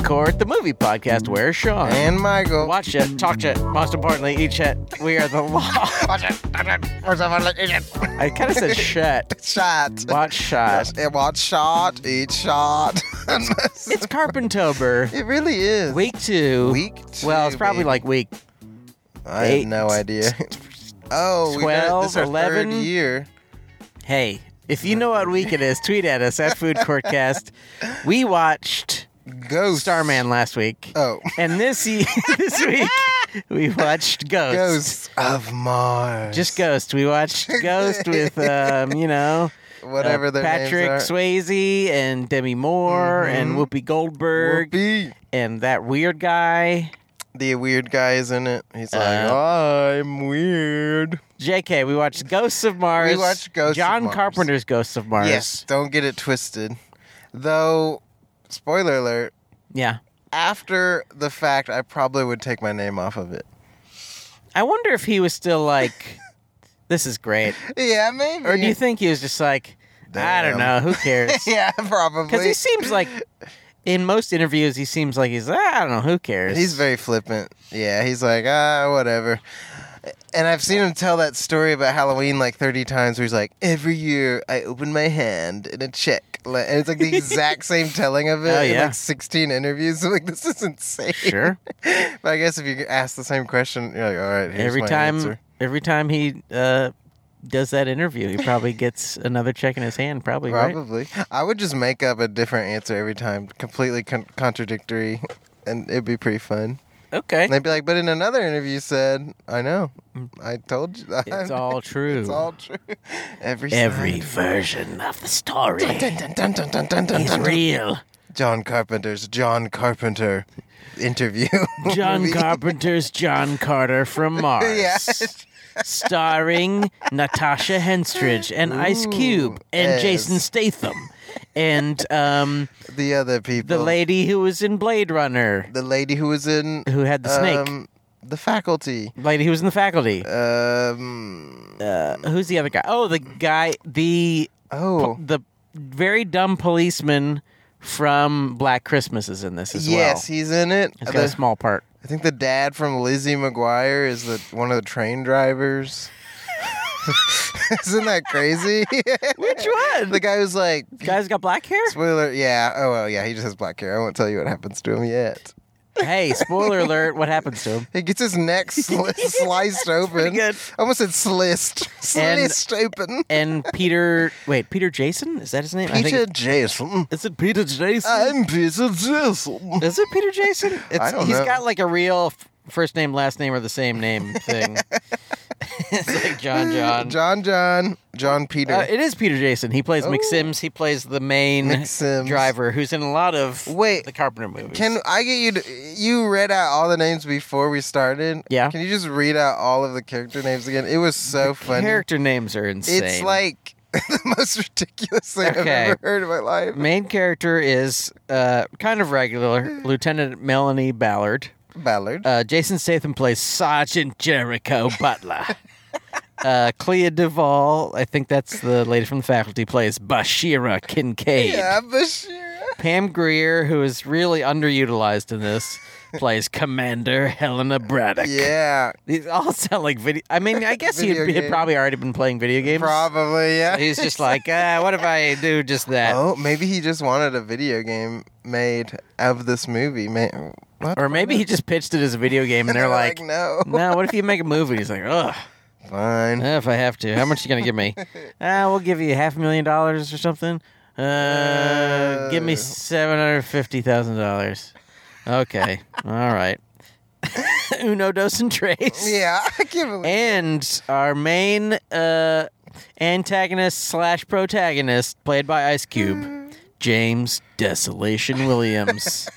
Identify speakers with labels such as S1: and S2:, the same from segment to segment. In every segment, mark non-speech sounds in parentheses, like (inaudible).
S1: Court, the movie podcast where Sean
S2: And Michael.
S1: watch shit, talk shit, most importantly, eat shit. We are the law. I kind of
S2: (laughs)
S1: said shit.
S2: Shot.
S1: Watch shot.
S2: And watch shot. Eat shot. (laughs)
S1: It's Carpentober.
S2: it really is.
S1: Week two.
S2: Week two,
S1: Well, it's probably
S2: baby.
S1: like week
S2: I
S1: eight,
S2: have no idea. (laughs) oh, we've done it- this is our
S1: 11.
S2: third year.
S1: Hey, if you know what week it is, tweet at us at Food Courtcast. We watched
S2: Ghost.
S1: Starman last week, (laughs)
S2: Oh,
S1: and this e- this week we watched Ghost.
S2: Ghosts of Mars.
S1: Just Ghost. We watched Ghost with um, you know uh,
S2: whatever their
S1: Patrick
S2: names are. Mm-hmm.
S1: Swayze and Demi Moore and Whoopi Goldberg
S2: Whoopi.
S1: and that weird guy.
S2: The weird guy is in it. He's like,
S1: Uh,
S2: I'm weird.
S1: J.K. We watched Ghosts of Mars.
S2: watched Ghosts of
S1: John
S2: Mars.
S1: Carpenter's Ghosts of Mars.
S2: Yes, don't get it twisted. Though, spoiler alert.
S1: Yeah.
S2: After the fact, I probably would take my name off of it.
S1: I wonder if he was still
S2: (laughs)
S1: like, "This is great."
S2: Yeah, maybe.
S1: Or do you think he was just like, I don't know,
S2: (laughs) Damn.
S1: who cares?
S2: yeah,
S1: Because
S2: probably.
S1: he seems like, in most interviews, he seems like he's, "Ah, I don't know, who cares?
S2: He's very (laughs) flippant. Yeah, he's like, ah, whatever. And I've seen him tell that story about Halloween like 30 times where he's like, every year I open my hand in a check. Like, and it's like the
S1: (laughs)
S2: exact same telling of it
S1: Hell
S2: in
S1: yeah.
S2: like 16 interviews. (laughs) I'm like, this is insane.
S1: sure.
S2: but I guess if you ask the same question, you're like, all right, here's
S1: every
S2: my
S1: time,
S2: answer."
S1: every time he uh, does that interview, he probably gets another check in his hand. Probably, right?
S2: Probably. I would just make up a different answer every time, completely con- contradictory, and it'd be pretty fun.
S1: Okay,
S2: And they'd be like, but in another interview, you said, I know. I told you that.
S1: Mm.
S2: (laughs)
S1: it's all true.
S2: It's all true. (laughs) Every
S1: Every
S2: side.
S1: version of the story
S2: Dun, dun, dun, dun, dun, dun, dun,
S1: is
S2: dun.
S1: real.
S2: John Carpenter's John Carpenter interview.
S1: (laughs)
S2: (laughs)
S1: John
S2: movie.
S1: Carpenter's John Carter from Mars.
S2: Yeah.
S1: Starring Natasha Henstridge and Ice
S2: Ooh,
S1: Cube and
S2: yes.
S1: Jason Statham and um,
S2: The other people.
S1: the lady who was in Blade Runner,
S2: The lady who was in
S1: who had the snake.
S2: um, uh, the faculty.
S1: lady who was in the faculty.
S2: Um.
S1: Uh, who's the other guy? Oh, the guy, the
S2: Oh.
S1: the very dumb policeman from Black Christmas is in this as
S2: Yes,
S1: well.
S2: he's in it.
S1: He's got
S2: The-
S1: a small part.
S2: I think the dad from Lizzie McGuire is the one of the train drivers. (laughs) Isn't that crazy? (laughs)
S1: Which one?
S2: the guy who's like,
S1: guy's got black hair.
S2: spoiler, yeah, oh well, yeah, he just has black hair. I won't tell you what happens to him yet.
S1: hey, spoiler alert! What happens to him?
S2: He gets his neck
S1: (laughs)
S2: sli- sliced open.
S1: good.
S2: I almost said sliced.
S1: And-
S2: Sliced open.
S1: and Peter. Wait, Peter Jason? Is that his name? I think
S2: Peter Uh, Jason.
S1: it's- is it Peter Jason?
S2: I'm Peter Jason.
S1: is it Peter Jason? It's,
S2: don't
S1: he's
S2: know.
S1: got like a real f- first name, last name, or the same name thing. it's like John John.
S2: John John. John Peter.
S1: Uh, it is Peter Jason. He plays
S2: Oh.
S1: McSims. He plays the main
S2: McSims.
S1: Uh, driver who's in a lot of
S2: Wait,
S1: the Carpenter movies.
S2: Can I get you? To, you read out all the names before we started.
S1: Yeah.
S2: Can you just read out all of the character names again? It was
S1: (laughs)
S2: so funny.
S1: Character names are insane.
S2: it's like (laughs) the most ridiculous thing I've
S1: Okay.
S2: ever heard in my life.
S1: main character is uh, kind of
S2: (laughs)
S1: regular Lieutenant Melanie Ballard.
S2: Ballard.
S1: Uh, Jason Statham plays Sergeant Jericho
S2: (laughs)
S1: Butler. uh, Clea Duvall, I think that's the lady from the faculty, plays Bashira Kincaid.
S2: yeah, Bashir.
S1: Pam Greer, who is really underutilized in
S2: (laughs)
S1: this, plays Commander Helena Braddock.
S2: Yeah,
S1: These all sound like video. I mean, I guess he'd,
S2: Video
S1: he'd
S2: game.
S1: probably already been playing video games.
S2: probably. Yeah.
S1: He's just like, ah, what if I do just that?
S2: oh, maybe he just wanted a video game made of this movie. May- what?
S1: Or maybe he just pitched it as a video game
S2: (laughs)
S1: and they're like,
S2: no.
S1: no, what if you make a movie? He's like, ugh. (laughs)
S2: Fine.
S1: Uh, (laughs) if I have to, how much you gonna give (laughs) me? Uh, we'll give you half a million dollars or something. Uh, give me
S2: Uh.
S1: seven hundred fifty thousand dollars. (laughs) Okay, all right. Uno dos and tres.
S2: yeah, (laughs) I can't believe.
S1: And our main uh, antagonist slash protagonist, played by Ice Cube, James Desolation (laughs) Williams.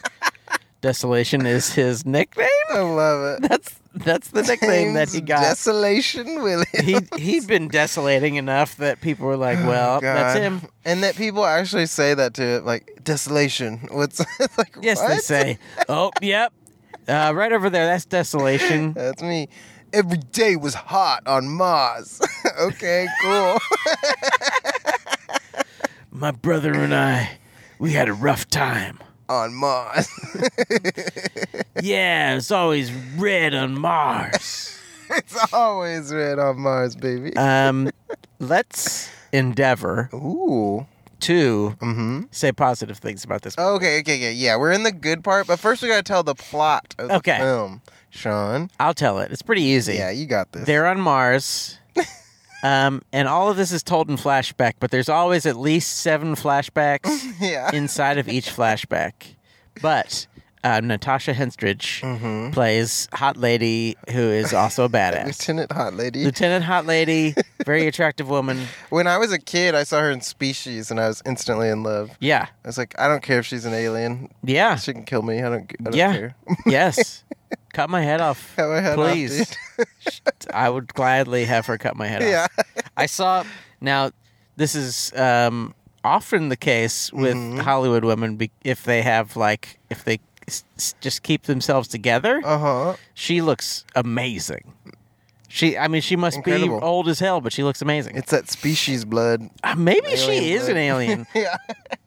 S1: Desolation is his nickname. (laughs)
S2: I love it.
S1: That's that's the nickname that he
S2: James
S1: got
S2: Desolation Williams.
S1: he he'd been desolating enough that people were like, "Well, that's
S2: Oh, God.
S1: him."
S2: And that people actually say that to it, like desolation. (laughs) What's it's like?
S1: Yes, they
S2: what?
S1: say. Oh, yep, uh, right over there. That's desolation.
S2: That's me. Every day was hot on Mars. (laughs) okay, cool. (laughs)
S1: My brother and I, we had a rough time.
S2: on Mars. (laughs)
S1: Yeah, it's always red on Mars.
S2: it's always red on Mars, baby.
S1: Um, let's endeavor
S2: Ooh.
S1: to
S2: Mm-hmm.
S1: say positive things about this.
S2: Okay, okay, okay. Yeah, we're in the good part, but first we gotta tell the plot of
S1: Okay.
S2: the film. Sean.
S1: I'll tell it. It's pretty easy.
S2: Yeah, you got this.
S1: They're on Mars. um, and all of this is told in flashback, but there's always at least seven flashbacks
S2: (laughs) yeah.
S1: inside of each flashback. But uh, Natasha Henstridge plays Hot Lady, who is also a badass.
S2: Lieutenant Hot Lady.
S1: Lieutenant Hot Lady, very attractive woman.
S2: When I was a kid, I saw her in Species, and I was instantly in love.
S1: Yeah.
S2: I was like, I don't care if she's an alien.
S1: Yeah.
S2: She can kill me. I don't. I don't
S1: Yeah.
S2: care. (laughs)
S1: Yes. cut my head off.
S2: Have I had enough,
S1: Please.
S2: dude?
S1: I would gladly have her cut my head off.
S2: (laughs) yeah.
S1: I saw. Now, this is um, often the case with Hollywood women be- if they have like if they s- s- just keep themselves together.
S2: Uh huh.
S1: she looks amazing. She, I mean, she must
S2: Incredible.
S1: be old as hell, but she looks amazing.
S2: It's that Species blood.
S1: Uh, Maybe she
S2: Alien
S1: is an
S2: blood. (laughs)
S1: alien.
S2: Yeah.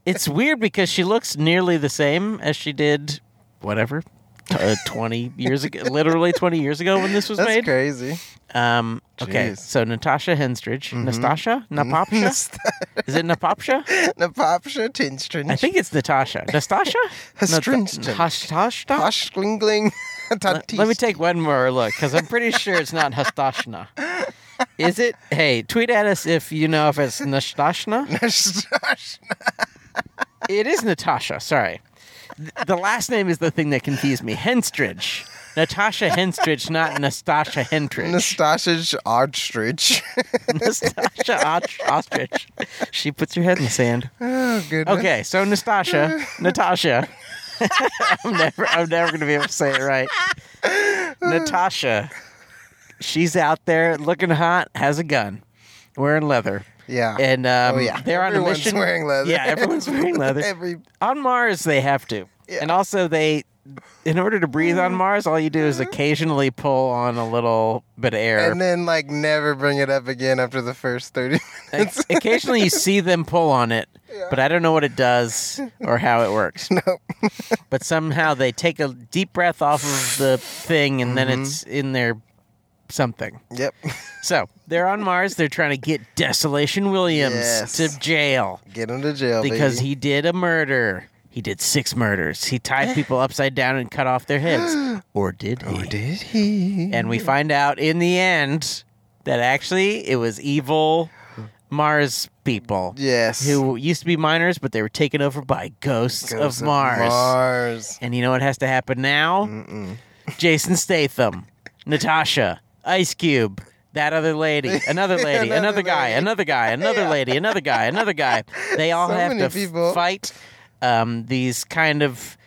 S1: it's weird because she looks nearly the same as she did, whatever, t-
S2: (laughs)
S1: uh, twenty years ago. Literally twenty years ago when this was
S2: That's
S1: made.
S2: crazy.
S1: Um, okay,
S2: Jeez. Mm-hmm.
S1: so Natasha Henstridge, Nastasha,
S2: (laughs)
S1: Napopsha, is it Napopsha?
S2: Napopsha
S1: I
S2: Tinstrin. (laughs)
S1: think it's Natasha. Nastasha,
S2: Henstridge.
S1: Nat- Hastashna?
S2: (laughs) Hoshklingling.
S1: Let- Let me take one more look because I'm pretty sure it's not Hastashna. Is it? Hey, tweet at us if you know if it's Nastashna. It is Natasha. Sorry, Th- the last name is the thing that confused me. Henstridge, Natasha Henstridge, not Nastasha
S2: (laughs)
S1: Henstridge.
S2: Nastasha Ostrich. (laughs)
S1: Nastasha Ostr- Ostrich. She puts her head in the sand.
S2: oh, goodness.
S1: Okay, so Nastasha,
S2: (laughs)
S1: Natasha. (laughs) I'm never, I'm never gonna be able to say it right. Natasha, she's out there looking hot, has a gun, wearing leather,
S2: Yeah.
S1: and um,
S2: oh, yeah.
S1: they're on
S2: everyone's
S1: a mission.
S2: wearing leather.
S1: Yeah, everyone's wearing leather.
S2: (laughs) Every
S1: on Mars, they have to,
S2: Yeah. Mm-hmm.
S1: and also they, in order to breathe on Mars, all you do is occasionally pull on a little bit of air.
S2: and then like never bring it up again after the first thirty (laughs) minutes.
S1: Oc- occasionally, you see them pull on it, but I don't know what it does or how it works.
S2: no.
S1: but somehow they take a deep breath off of the thing and then it's in their something.
S2: Yep.
S1: So they're on Mars. They're trying to get Desolation Williams
S2: Yes.
S1: to jail
S2: Get him to jail
S1: because
S2: baby.
S1: he did a murder. He did six murders. He tied people upside down and cut off their (gasps)
S2: (gasps)
S1: heads. Or did Eh. Oh, he?
S2: Or did he?
S1: And we find out in the end that actually it was evil Mars people
S2: yes.
S1: who used to be miners, but they were taken over by ghosts,
S2: Goes
S1: of
S2: to
S1: Mars.
S2: Mars.
S1: And you know what has to happen now? Jason Statham, Natasha, Ice Cube, that other
S2: (laughs)
S1: lady, another lady, another,
S2: Another
S1: guy,
S2: lady.
S1: another
S2: (laughs)
S1: guy, another lady, another guy, another guy. They all
S2: So
S1: have
S2: many
S1: to f-
S2: people.
S1: fight um, these kind of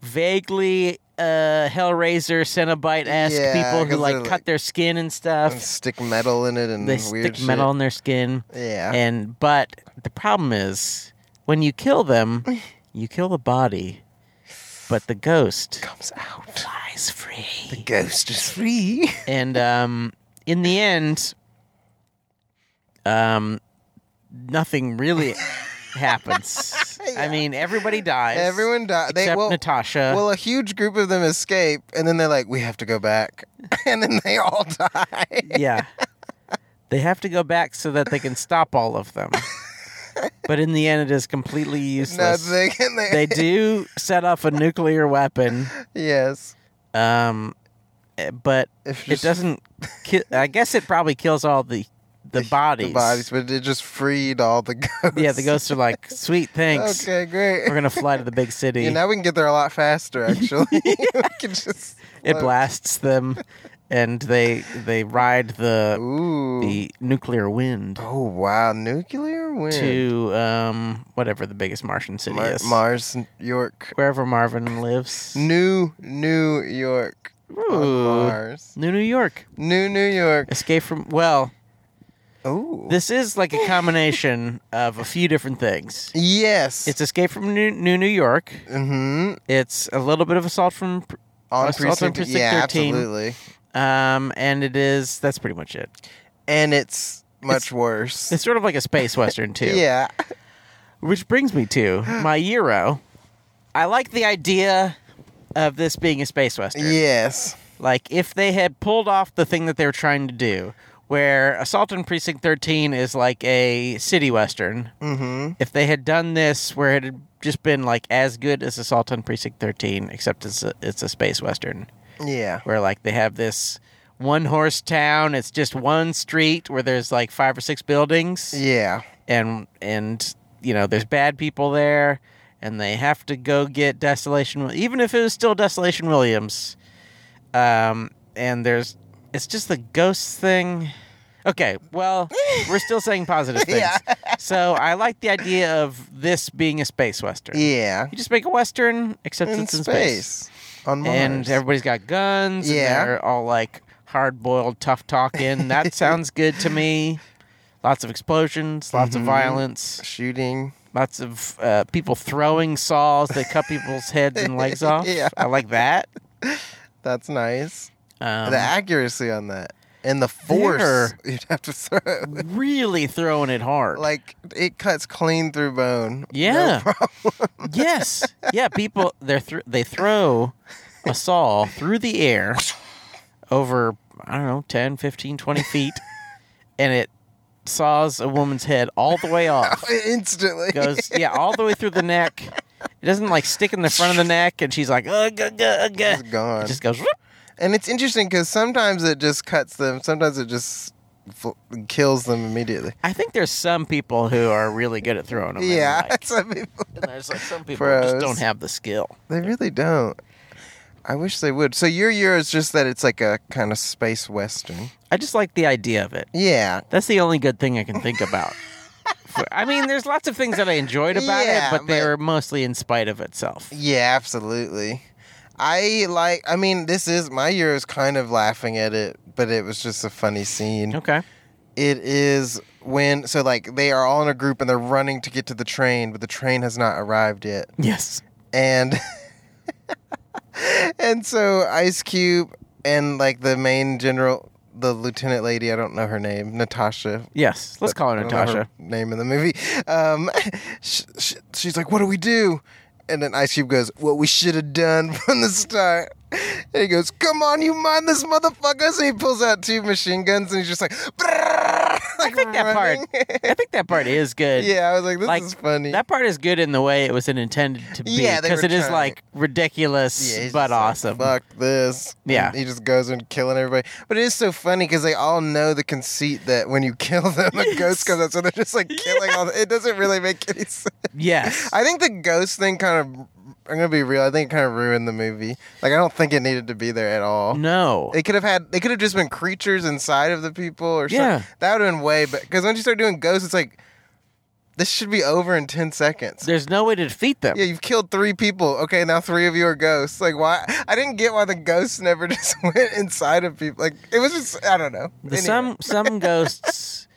S1: vaguely uh, Hellraiser Cenobite esque
S2: Yeah,
S1: people who
S2: 'cause
S1: like
S2: they're,
S1: cut
S2: like-
S1: their skin and stuff.
S2: And stick metal in it and
S1: they
S2: weird
S1: stick
S2: shit.
S1: metal in their skin.
S2: Yeah.
S1: And but the problem is when you kill them,
S2: (sighs)
S1: you kill the body, but the ghost
S2: comes out.
S1: flies free.
S2: Ghost is free.
S1: And um, in the end, um, nothing really
S2: (laughs)
S1: happens. I mean, everybody dies.
S2: (laughs) Everyone died.
S1: except
S2: They well,
S1: Natasha.
S2: well, a huge group of them escape, and then they're like, "We have to go back," (laughs) and then they all die.
S1: (laughs) yeah. They have to go back so that they can stop all of
S2: (laughs)
S1: them. but in the end, it is completely useless.
S2: Nothing. (laughs) And they,
S1: They do set off a nuclear weapon.
S2: yes.
S1: Um, eh, but
S2: If
S1: it doesn't. Ki- I guess it probably kills all the the bodies.
S2: (laughs) The bodies, but it just freed all the ghosts.
S1: Yeah, the
S2: (laughs)
S1: ghosts are like, "Sweet, thanks.
S2: Okay, great.
S1: We're gonna fly to the
S2: (laughs)
S1: big city."
S2: yeah, now we can get there a
S1: (laughs)
S2: lot faster. Actually, (laughs) we can just
S1: it
S2: float.
S1: blasts them, and they they ride the
S2: Ooh.
S1: the nuclear wind
S2: oh wow, nuclear wind.
S1: to um whatever the biggest Martian city
S2: Mar-
S1: is,
S2: Mars, York,
S1: wherever Marvin lives.
S2: New New York, on
S1: Ooh.
S2: Mars,
S1: New New York.
S2: New New York.
S1: Escape from well,
S2: Ooh.
S1: this is like a
S2: (laughs)
S1: combination of a few different things.
S2: yes.
S1: It's Escape from New New, New York.
S2: mm-hmm.
S1: It's a little bit of Assault from, Pr-
S2: on
S1: Assault on
S2: precinct,
S1: Precinct
S2: yeah
S1: 13.
S2: absolutely
S1: um, and it is that's pretty much it.
S2: and it's much worse
S1: It's (laughs) sort of like a space western too.
S2: yeah
S1: Which brings me to my Euro, I like the idea of this being a space western.
S2: Yes.
S1: Like if they had pulled off the thing that they were trying to do, where Assault on Precinct 13 is like a city western.
S2: Mm-hmm.
S1: If they had done this where it had just been like as good as Assault on Precinct 13 except it's a, it's a space western
S2: Yeah.
S1: where like they have this one horse town, it's just one street where there's like five or six buildings
S2: Yeah.
S1: and and you know there's bad people there and they have to go get desolation Wi- even if it was still desolation williams um and there's it's just the ghost thing okay well we're still saying positive things
S2: (laughs) Yeah.
S1: so i like the idea of this being a space western
S2: Yeah.
S1: you just make a western except
S2: In
S1: it's in space,
S2: space. On Mars.
S1: and everybody's got guns
S2: Yeah.
S1: and they're all like hard-boiled tough talking that
S2: (laughs)
S1: sounds good to me lots of explosions lots
S2: Mhm.
S1: of violence
S2: shooting.
S1: lots of uh, people throwing saws that cut people's heads and legs off.
S2: (laughs) Yeah.
S1: I like that.
S2: That's nice.
S1: Um,
S2: the accuracy on that and the force
S1: There.
S2: (laughs) you'd have to throw.
S1: really throwing it hard.
S2: Like (laughs) it cuts clean through bone.
S1: Yeah.
S2: No (laughs) problem.
S1: yes, yeah. People they thr they throw a saw through the air over I don't know 10, 15, 20 feet, and it saws a woman's head all the way off.
S2: (laughs) Instantly.
S1: Goes yeah all the way through the neck. It doesn't like stick in the front of the neck, and she's like, ugh, ugh, ugh, ugh.
S2: It's gone.
S1: It just goes.
S2: And it's interesting because sometimes it just cuts them. Sometimes it just fl- kills them immediately.
S1: I think there's some people who are really good at throwing them. and,
S2: yeah, (laughs)
S1: like,
S2: some people
S1: And there's like some people who just
S2: Pros.
S1: don't have the skill.
S2: they really don't. I wish they would. So your year is just that it's like a kind of space western.
S1: I just like the idea of it.
S2: Yeah,
S1: That's the only good thing I can think about.
S2: (laughs)
S1: For- I mean, there's lots of things that I enjoyed about
S2: Yeah,
S1: it, but they
S2: but-
S1: were mostly in spite of itself.
S2: yeah, absolutely. I like. I mean, this is my year is kind of laughing at it, but it was just a funny scene.
S1: Okay.
S2: It is when so like they are all in a group and they're running to get to the train, but the train has not arrived yet.
S1: Yes.
S2: and (laughs) and so Ice Cube and like the main general, the lieutenant lady, I don't know her name, Natasha.
S1: Yes. Let's call
S2: I
S1: her
S2: don't know her
S1: Natasha.
S2: name in the movie. Um, (laughs) sh sh she's like, "What do we do?" And then Ice Cube goes, "What we should have done (laughs) from the start." And he goes, "Come on, you mind this motherfucker!" So he pulls out two machine guns and he's just like, (laughs)
S1: I think that part. I think that part is good.
S2: yeah, I was like, "This
S1: Like,
S2: is funny."
S1: That part is good in the way it was intended to be.
S2: Yeah, they
S1: because
S2: were
S1: it is
S2: trying-
S1: like ridiculous
S2: Yeah, he's
S1: but
S2: just like,
S1: awesome.
S2: Fuck this.
S1: Yeah.
S2: And he just goes and killing everybody. But it is so funny because they all know the conceit that when you (laughs) kill them, a
S1: Yes.
S2: ghost comes out. So they're
S1: (laughs)
S2: just like killing all. The, it doesn't really make any sense.
S1: Yes.
S2: (laughs) I think the ghost thing kind of. I'm gonna be real. I think it kind of ruined the movie. Like I don't think it needed to be there at all.
S1: no.
S2: They could have had. They could have just been creatures inside of the people or
S1: Yeah.
S2: something. That would have been way. But because once you start doing ghosts, it's like this should be over in ten seconds.
S1: There's no way to defeat them.
S2: Yeah, you've killed three people. Okay, now three of you are ghosts. Like, why? I didn't get why the ghosts never (laughs) just went inside of people. Like, it was just, I don't know.
S1: The
S2: Anyway.
S1: Some
S2: (laughs)
S1: some ghosts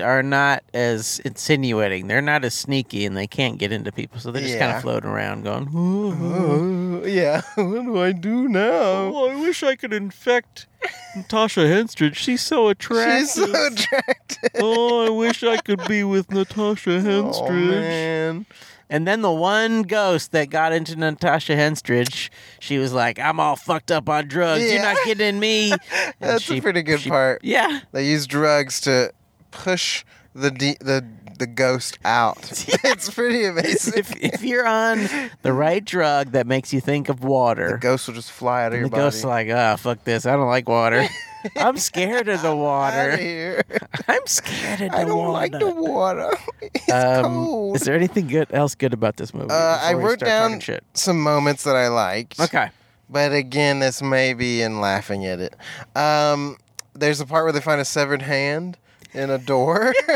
S1: are not as insinuating. They're not as sneaky, and they can't get into people, so they're just kind
S2: Yeah.
S1: of floating around, going, "Ooh, oh,
S2: Oh, yeah. (laughs) what do I do now?
S1: I wish I could infect Natasha Henstridge. She's so
S2: She's so (laughs) attractive.
S1: oh, I wish I could be with Natasha
S2: Oh, man.
S1: and then the one ghost that got into Natasha Henstridge, she was like, "I'm all fucked up on drugs. You're
S2: Yeah.
S1: not getting in
S2: (laughs)
S1: me." And
S2: That's a
S1: she-
S2: pretty good
S1: she-
S2: part.
S1: Yeah. (laughs)
S2: They use drugs to push the de- the the ghost out.
S1: (laughs)
S2: (laughs) it's pretty amazing.
S1: if, if you're on the right drug that makes you think of water,
S2: Ghosts will just fly out of
S1: and
S2: your
S1: the
S2: body.
S1: ghost's like, oh, fuck this. I don't like
S2: (laughs)
S1: water. I'm scared of the
S2: Outta
S1: water.
S2: here.
S1: (laughs) I'm scared of the
S2: I don't
S1: water.
S2: like the water. (laughs) It's
S1: Um,
S2: cold.
S1: Is there anything good else good about this movie?
S2: Uh, I
S1: before we
S2: wrote
S1: start talking
S2: down
S1: shit.
S2: some moments that I liked.
S1: Okay.
S2: But again, this may be in laughing at it. Um, there's a part where they find a severed hand in a door. (laughs)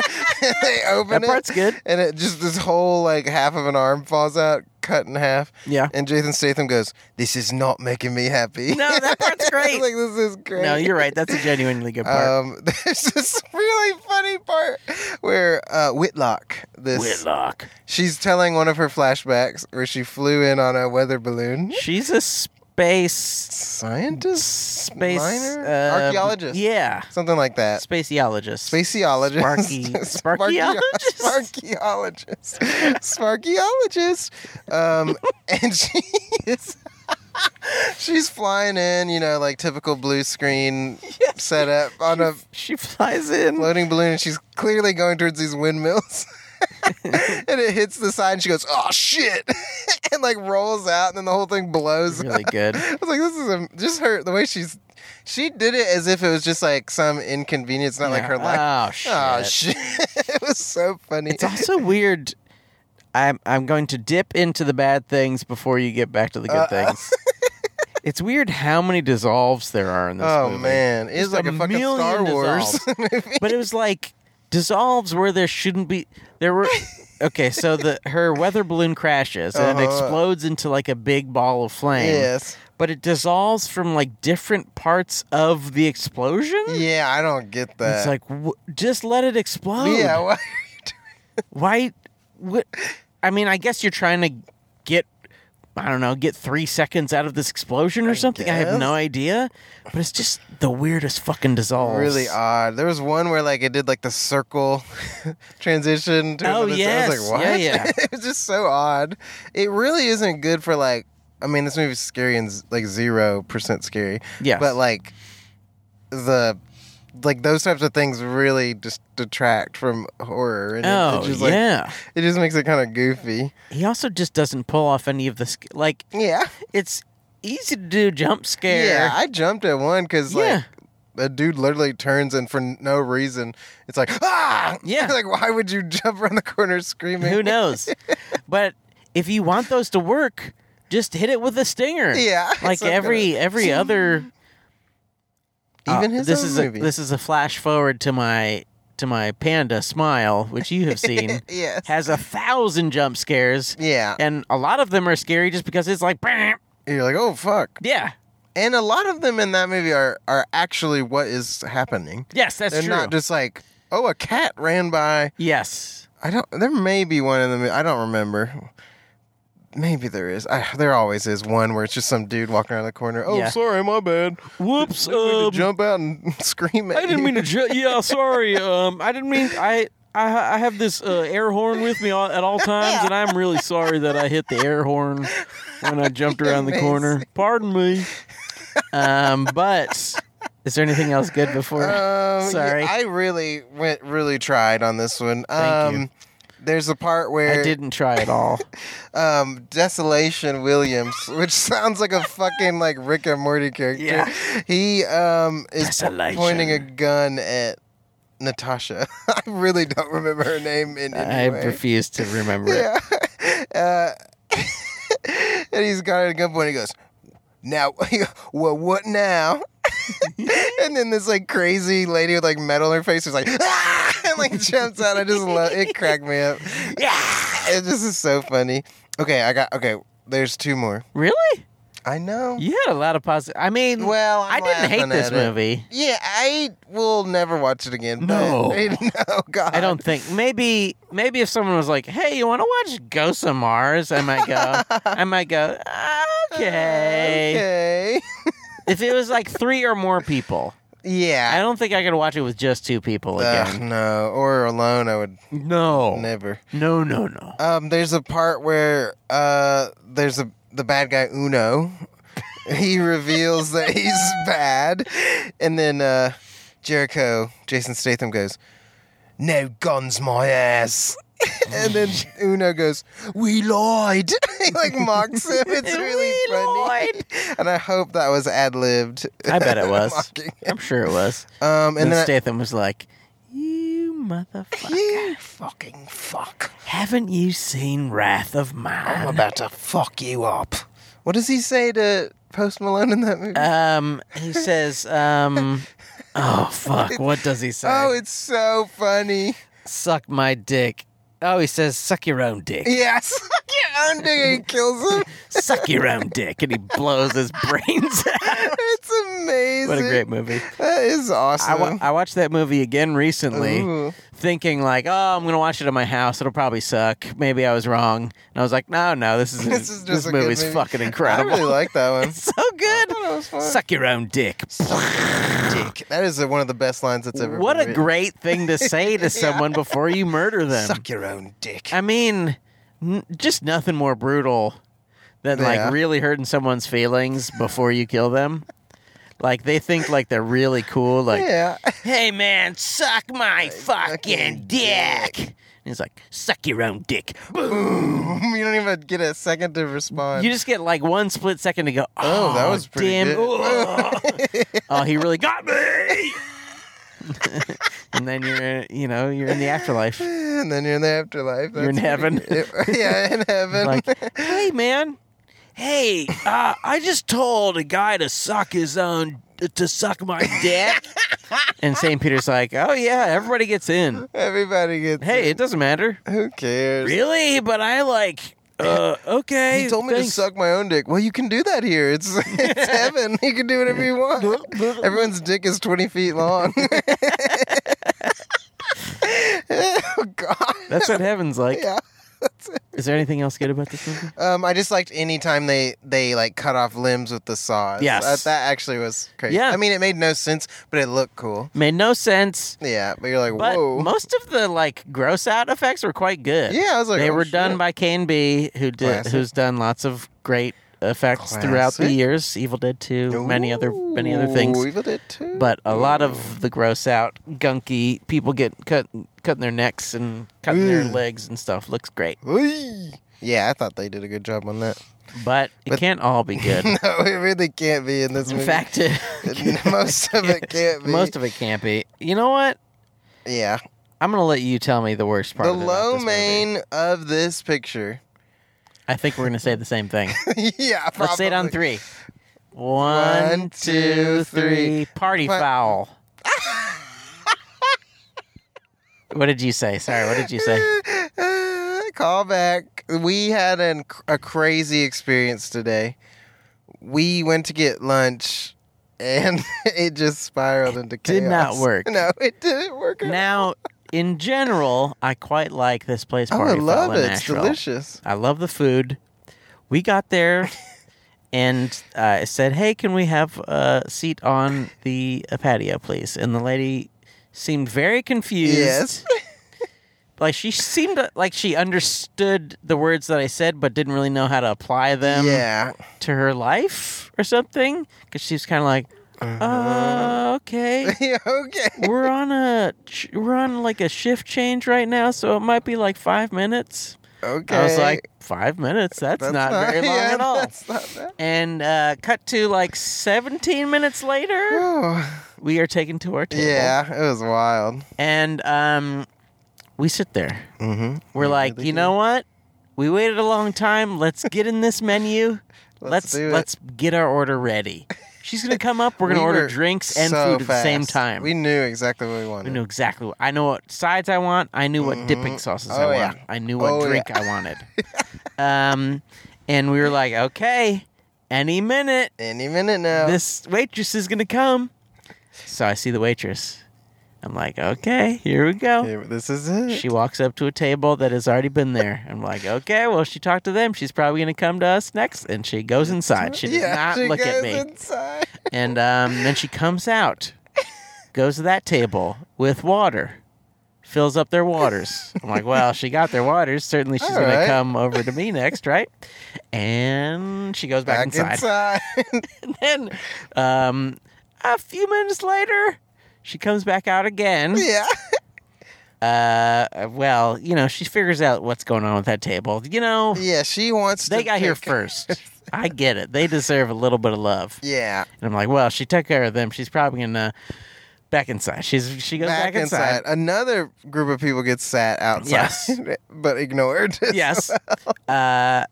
S2: they
S1: (laughs) That
S2: open
S1: part's
S2: it.
S1: good.
S2: And it just this whole like half of an arm falls out, cut in half. (laughs)
S1: Yeah.
S2: And Jason Statham goes, "This is not making me happy." (laughs)
S1: No, that part's
S2: I
S1: great.
S2: was like this is great.
S1: No, you're right. That's a genuinely good part.
S2: Um, (laughs) there's this really funny part where uh, Whitlock, this
S1: Whitlock.
S2: She's telling one of her flashbacks where she flew in on a weather balloon.
S1: She's a space space
S2: Scientist?
S1: space
S2: Miner?
S1: um,
S2: Archaeologist?
S1: Yeah,
S2: Something like that.
S1: spaceologist.
S2: Spaceologist.
S1: Sparky-
S2: (laughs) Sparkyo- Sparkyologist. Sparkyologist.
S1: (laughs)
S2: Um, and she is. (laughs) She's flying in, you know, like typical blue screen setup on a
S1: She flies in.
S2: floating balloon, and she's clearly going towards these
S1: (laughs)
S2: windmills. and it hits the side, and she goes, "Oh shit!" (laughs) and like rolls out, and then the whole thing blows.
S1: Really good.
S2: I was like, this is a, just her the way she's she did it as if it was just like some inconvenience, (laughs) not like her life.
S1: Oh shit.
S2: (laughs) oh shit! it was so funny.
S1: It's also weird. I'm I'm going to dip into the bad things before you get back to the good
S2: Uh-oh. (laughs)
S1: things. It's weird how many dissolves there are in this
S2: oh
S1: movie.
S2: man, it
S1: Just
S2: was like
S1: a
S2: a fucking
S1: million
S2: Star Wars (laughs)
S1: dissolves.
S2: movie.
S1: But it was like dissolves where there shouldn't be there were Okay, so the her weather balloon crashes and it
S2: Uh-huh.
S1: explodes into like a big ball of flame.
S2: Yes.
S1: But it dissolves from like different parts of the explosion?
S2: Yeah, I don't get that.
S1: It's like oh. w- just let it explode.
S2: yeah, why-
S1: Why? What? I mean, I guess you're trying to get, I don't know, get three seconds out of this explosion or something. I have
S2: guess.
S1: no idea, but it's just the weirdest fucking dissolves.
S2: really odd. There was one where like it did like the circle (laughs) transition. To
S1: Oh,
S2: another- I
S1: yes.
S2: was like, what?
S1: Yeah,
S2: (laughs)
S1: yeah.
S2: it was just so odd. It really isn't good for like. I mean, this movie's scary and z- like zero percent scary.
S1: Yes.
S2: But like the like those types of things really just detract from horror. And it-
S1: Oh
S2: it, just, like,
S1: yeah.
S2: It just makes it kind of goofy.
S1: He also just doesn't pull off any of the sc- like.
S2: Yeah.
S1: It's easy to do jump scare.
S2: Yeah. I jumped at one because
S1: Yeah.
S2: like. A dude literally turns and for no reason, it's like ah
S1: Yeah.
S2: (laughs) like why would you jump around the corner screaming?
S1: Who knows? but if you want those to work, just hit it with a stinger.
S2: (laughs) Yeah, it's
S1: Like
S2: not
S1: every every other Uh,
S2: Even his
S1: this
S2: own
S1: is
S2: movie.
S1: a this is a flash forward to my to my panda smile, which you have
S2: (laughs)
S1: seen,
S2: yes.
S1: has a thousand jump scares,
S2: yeah.
S1: and a lot of them are scary just because it's like, (laughs) "Bam."
S2: You're like, oh fuck.
S1: yeah,
S2: And a lot of them in that movie are are actually what is happening.
S1: yes, that's
S2: They're
S1: true.
S2: not just like, oh, a cat ran by.
S1: yes,
S2: I don't. There may be one in the movie. I don't remember. Maybe there is. I, there always is one where it's just some dude walking around the corner. Oh,
S1: Yeah.
S2: sorry, my bad.
S1: whoops,
S2: I didn't mean
S1: um,
S2: to jump out and (laughs) scream at
S1: I didn't
S2: you.
S1: mean to. Ju- yeah, sorry, um, I didn't mean I. I, I have this uh, air horn with me all, at all times, and I'm really sorry that I hit the air horn when I jumped around the corner. Pardon me. Um, but is there anything else good before?
S2: (laughs) Um, yeah,
S1: Sorry.
S2: I really went really tried on this one.
S1: Thank you.
S2: um, There's a part where
S1: I didn't try at
S2: (laughs)
S1: all.
S2: um, Desolation Williams, (laughs) which sounds like a fucking like Rick and Morty character.
S1: Yeah.
S2: He um is po-
S1: Desolation.
S2: pointing a gun at Natasha. (laughs) I really don't remember her name in
S1: I
S2: any way.
S1: refuse to remember it.
S2: yeah. Uh, and he's got it at gunpoint. He goes, "Now, (laughs) well, what (laughs) now?" and then this like crazy lady with like metal in her face is like, ah! (laughs) and like jumps out. I just love it. Cracked me up.
S1: Yeah.
S2: It just is so funny. Okay, I got okay. There's two more.
S1: Really?
S2: I know.
S1: You had a lot of positive. I mean,
S2: Well, I'm
S1: I didn't hate
S2: laughing
S1: this
S2: at it.
S1: movie.
S2: Yeah, I will never watch it again. but- (laughs)
S1: No.
S2: no, God,
S1: I don't think. Maybe, maybe if someone was like, "Hey, you want to watch Ghost of Mars?" I might go. I might go. Okay.
S2: (laughs) (laughs) Okay.
S1: If it was like three or more people, I
S2: Yeah.
S1: don't think I could watch it with just two people
S2: Ugh,
S1: again.
S2: no, or alone, I would
S1: no.
S2: never.
S1: No. No. No.
S2: Um, there's a part where uh, there's a the bad guy Uno. (laughs) he reveals
S1: (laughs)
S2: that he's bad, and then uh, Jericho, Jason Statham goes, "No guns, my ass." (laughs) and then Uno goes, "We lied." (laughs) he like mocks him. It's really
S1: (laughs) We
S2: funny.
S1: lied.
S2: (laughs) And I hope that was ad libbed.
S1: I bet
S2: (laughs)
S1: it was.
S2: Mocking him.
S1: I'm sure it
S2: (laughs)
S1: was.
S2: um, and
S1: And
S2: then I-
S1: Statham was like, "You motherfucker."
S2: (laughs) you fucking fuck.
S1: Haven't you seen Wrath of Mine?
S2: I'm about to fuck you up. What does he say to Post Malone in that movie?
S1: (laughs) Um, he says,
S2: (laughs)
S1: um, oh fuck, what does he say?
S2: Oh, it's so funny.
S1: Suck my dick, Oh, he says, "Suck your own dick.
S2: Yes. (laughs) Your own dick and kills
S1: (laughs)
S2: him.
S1: Suck your own dick," and he blows his brains out.
S2: (laughs) It's amazing.
S1: What a great movie!
S2: That is
S1: I, wa-
S2: awesome.
S1: I watched that movie again recently,
S2: Ooh.
S1: thinking like, "Oh, I'm gonna watch it at my house. It'll probably suck. Maybe I was wrong." And I was like, "No, no,
S2: (laughs)
S1: this is
S2: This
S1: this,
S2: is just a good
S1: movie's
S2: movie.
S1: fucking
S2: I
S1: incredible.
S2: really like that one.
S1: it's (laughs) so
S2: (laughs)
S1: good.
S2: thought it was fun.
S1: Suck your own dick."
S2: Dick. That is one of the best lines that's ever.
S1: What
S2: been
S1: a
S2: written.
S1: great thing to say
S2: (laughs)
S1: to someone before you murder them.
S2: Suck your own dick.
S1: I mean, n- just nothing more brutal than
S2: Yeah.
S1: like really hurting someone's feelings before you kill them. Like they think like they're really cool. Like,
S2: yeah. (laughs)
S1: hey man, suck my
S2: fucking
S1: fucking dick. And he's like, suck your own dick.
S2: you don't even get a second to respond.
S1: You just get like one split second to go. Oh,
S2: Oh, that was pretty
S1: damn.
S2: good." (laughs)
S1: oh." oh, he really got me. (laughs) and then you're, you know, you're in the afterlife.
S2: and then you're in the afterlife.
S1: You're in
S2: That's
S1: heaven.
S2: pretty- (laughs) yeah, in heaven.
S1: like, hey, man, hey, uh, I just told a guy to suck his own, to suck my dick. (laughs) and St. Peter's like, oh, yeah, everybody gets in.
S2: (laughs) Everybody gets.
S1: Hey, it doesn't matter.
S2: who cares?
S1: Really? But I like, uh, okay.
S2: He told me
S1: thanks.
S2: to suck my own dick. Well, you can do that here. It's (laughs)
S1: (laughs)
S2: it's heaven. You can do whatever you want. Everyone's dick is twenty feet
S1: (laughs)
S2: long. (laughs) oh God.
S1: That's what heaven's like.
S2: (laughs) Yeah.
S1: Is there anything else good about this movie?
S2: Um, I just liked any time they they like cut off limbs with the saws.
S1: Yes.
S2: that, that actually was crazy.
S1: Yeah.
S2: I mean, it made no sense, but it looked cool.
S1: Made no sense.
S2: Yeah, but you're like,
S1: But
S2: whoa.
S1: most of the like gross out effects were quite good.
S2: yeah, I was like,
S1: they
S2: oh,
S1: were
S2: shit.
S1: done by Kane B, who did,
S2: Classic.
S1: who's done lots of great effects throughout the
S2: Classic.
S1: years. Evil Dead Two, many other many other
S2: Ooh,
S1: things.
S2: Evil Dead too.
S1: But a lot of the gross out, gunky people get cut cutting their necks and cutting their
S2: Ugh.
S1: legs and stuff. Looks great,
S2: yeah, I thought they did a good job on that.
S1: but it
S2: But-
S1: can't all be good.
S2: (laughs) no, it really can't be in this
S1: In
S2: movie.
S1: fact, it,
S2: (laughs) most of
S1: (laughs)
S2: it can't be.
S1: most of it can't be. You know what?
S2: yeah,
S1: I'm gonna let you tell me the worst part.
S2: the
S1: about
S2: low
S1: this movie.
S2: main of this picture. (laughs)
S1: I think we're gonna say the same thing.
S2: yeah, probably.
S1: Let's say it on three. One, two,
S2: two,
S1: three.
S2: three.
S1: Party
S2: But-
S1: foul.
S2: (laughs)
S1: what did you say? Sorry, what did you
S2: (laughs)
S1: say?
S2: Call back. We had an, a crazy experience today. We went to get lunch, and (laughs) it just spiraled into chaos.
S1: did not work.
S2: No, it didn't work. at
S1: Now, in general, I quite like this place.
S2: all.
S1: Party
S2: Oh, I love
S1: foul in
S2: it. It's
S1: Nashville.
S2: delicious.
S1: I love the food. We got there,
S2: (laughs)
S1: and I said, "Hey, can we have a seat on the uh, patio, please?" And the lady seemed very confused.
S2: Yes. (laughs)
S1: like she seemed like she understood the words that I said, but didn't really know how to apply them
S2: yeah.
S1: to her life or something. Because she was kind of like,
S2: Uh-huh.
S1: "Uh, okay."
S2: Yeah, okay.
S1: We're on a ch- we're on like a shift change right now, so it might be like five minutes.
S2: (laughs) Okay.
S1: I was like, five minutes? That's, not,
S2: (laughs)
S1: very long
S2: yeah,
S1: at all.
S2: That's not that.
S1: And uh, cut to like 17 minutes later, (sighs)
S2: Oh,
S1: we are taken to our table.
S2: yeah, it was wild.
S1: And um, we sit there.
S2: Mm-hmm.
S1: We're like, you know what? We waited a long time. Let's get in this menu. let's
S2: (laughs) Let's do it."
S1: let's get our order ready. She's gonna come up. We're gonna
S2: We
S1: order
S2: were
S1: drinks and food at the same time.
S2: We knew exactly what we wanted.
S1: I knew exactly. What, I know what sides I want. I knew what dipping sauces I
S2: Oh,
S1: want.
S2: yeah.
S1: I knew what
S2: Oh,
S1: drink I
S2: (laughs)
S1: wanted. um, and we were like, okay, any minute,
S2: Any minute now.
S1: this waitress is gonna come. So I see the waitress. I'm like, okay, here we go.
S2: Here- this is it.
S1: She walks up to a table that has already been
S2: (laughs)
S1: there. I'm like, okay, well, she talked to them. She's probably gonna come to us next. And she goes inside. She does
S2: yeah,
S1: not
S2: she
S1: look
S2: goes
S1: at me.
S2: Inside.
S1: And um, then she comes out, goes to that table with water, fills up their waters. I'm like, well, she got their waters. Certainly she's
S2: All
S1: going to
S2: right.
S1: come over to me next, right? And she goes back,
S2: Back
S1: inside.
S2: inside.
S1: (laughs)
S2: (laughs)
S1: And then um, a few minutes later, she comes back out again.
S2: yeah.
S1: Uh, well, you know, she figures out what's going on with that table. You know,
S2: Yeah, she wants to
S1: they got here
S2: pick-
S1: first. I get it. They deserve a little bit of love.
S2: Yeah.
S1: And I'm like, well, she took care of them. She's probably gonna back inside. She's she goes back,
S2: Back, inside. (laughs)
S1: inside.
S2: Another group of people gets sat outside.
S1: Yes.
S2: (laughs) but ignored.
S1: Yes. uh,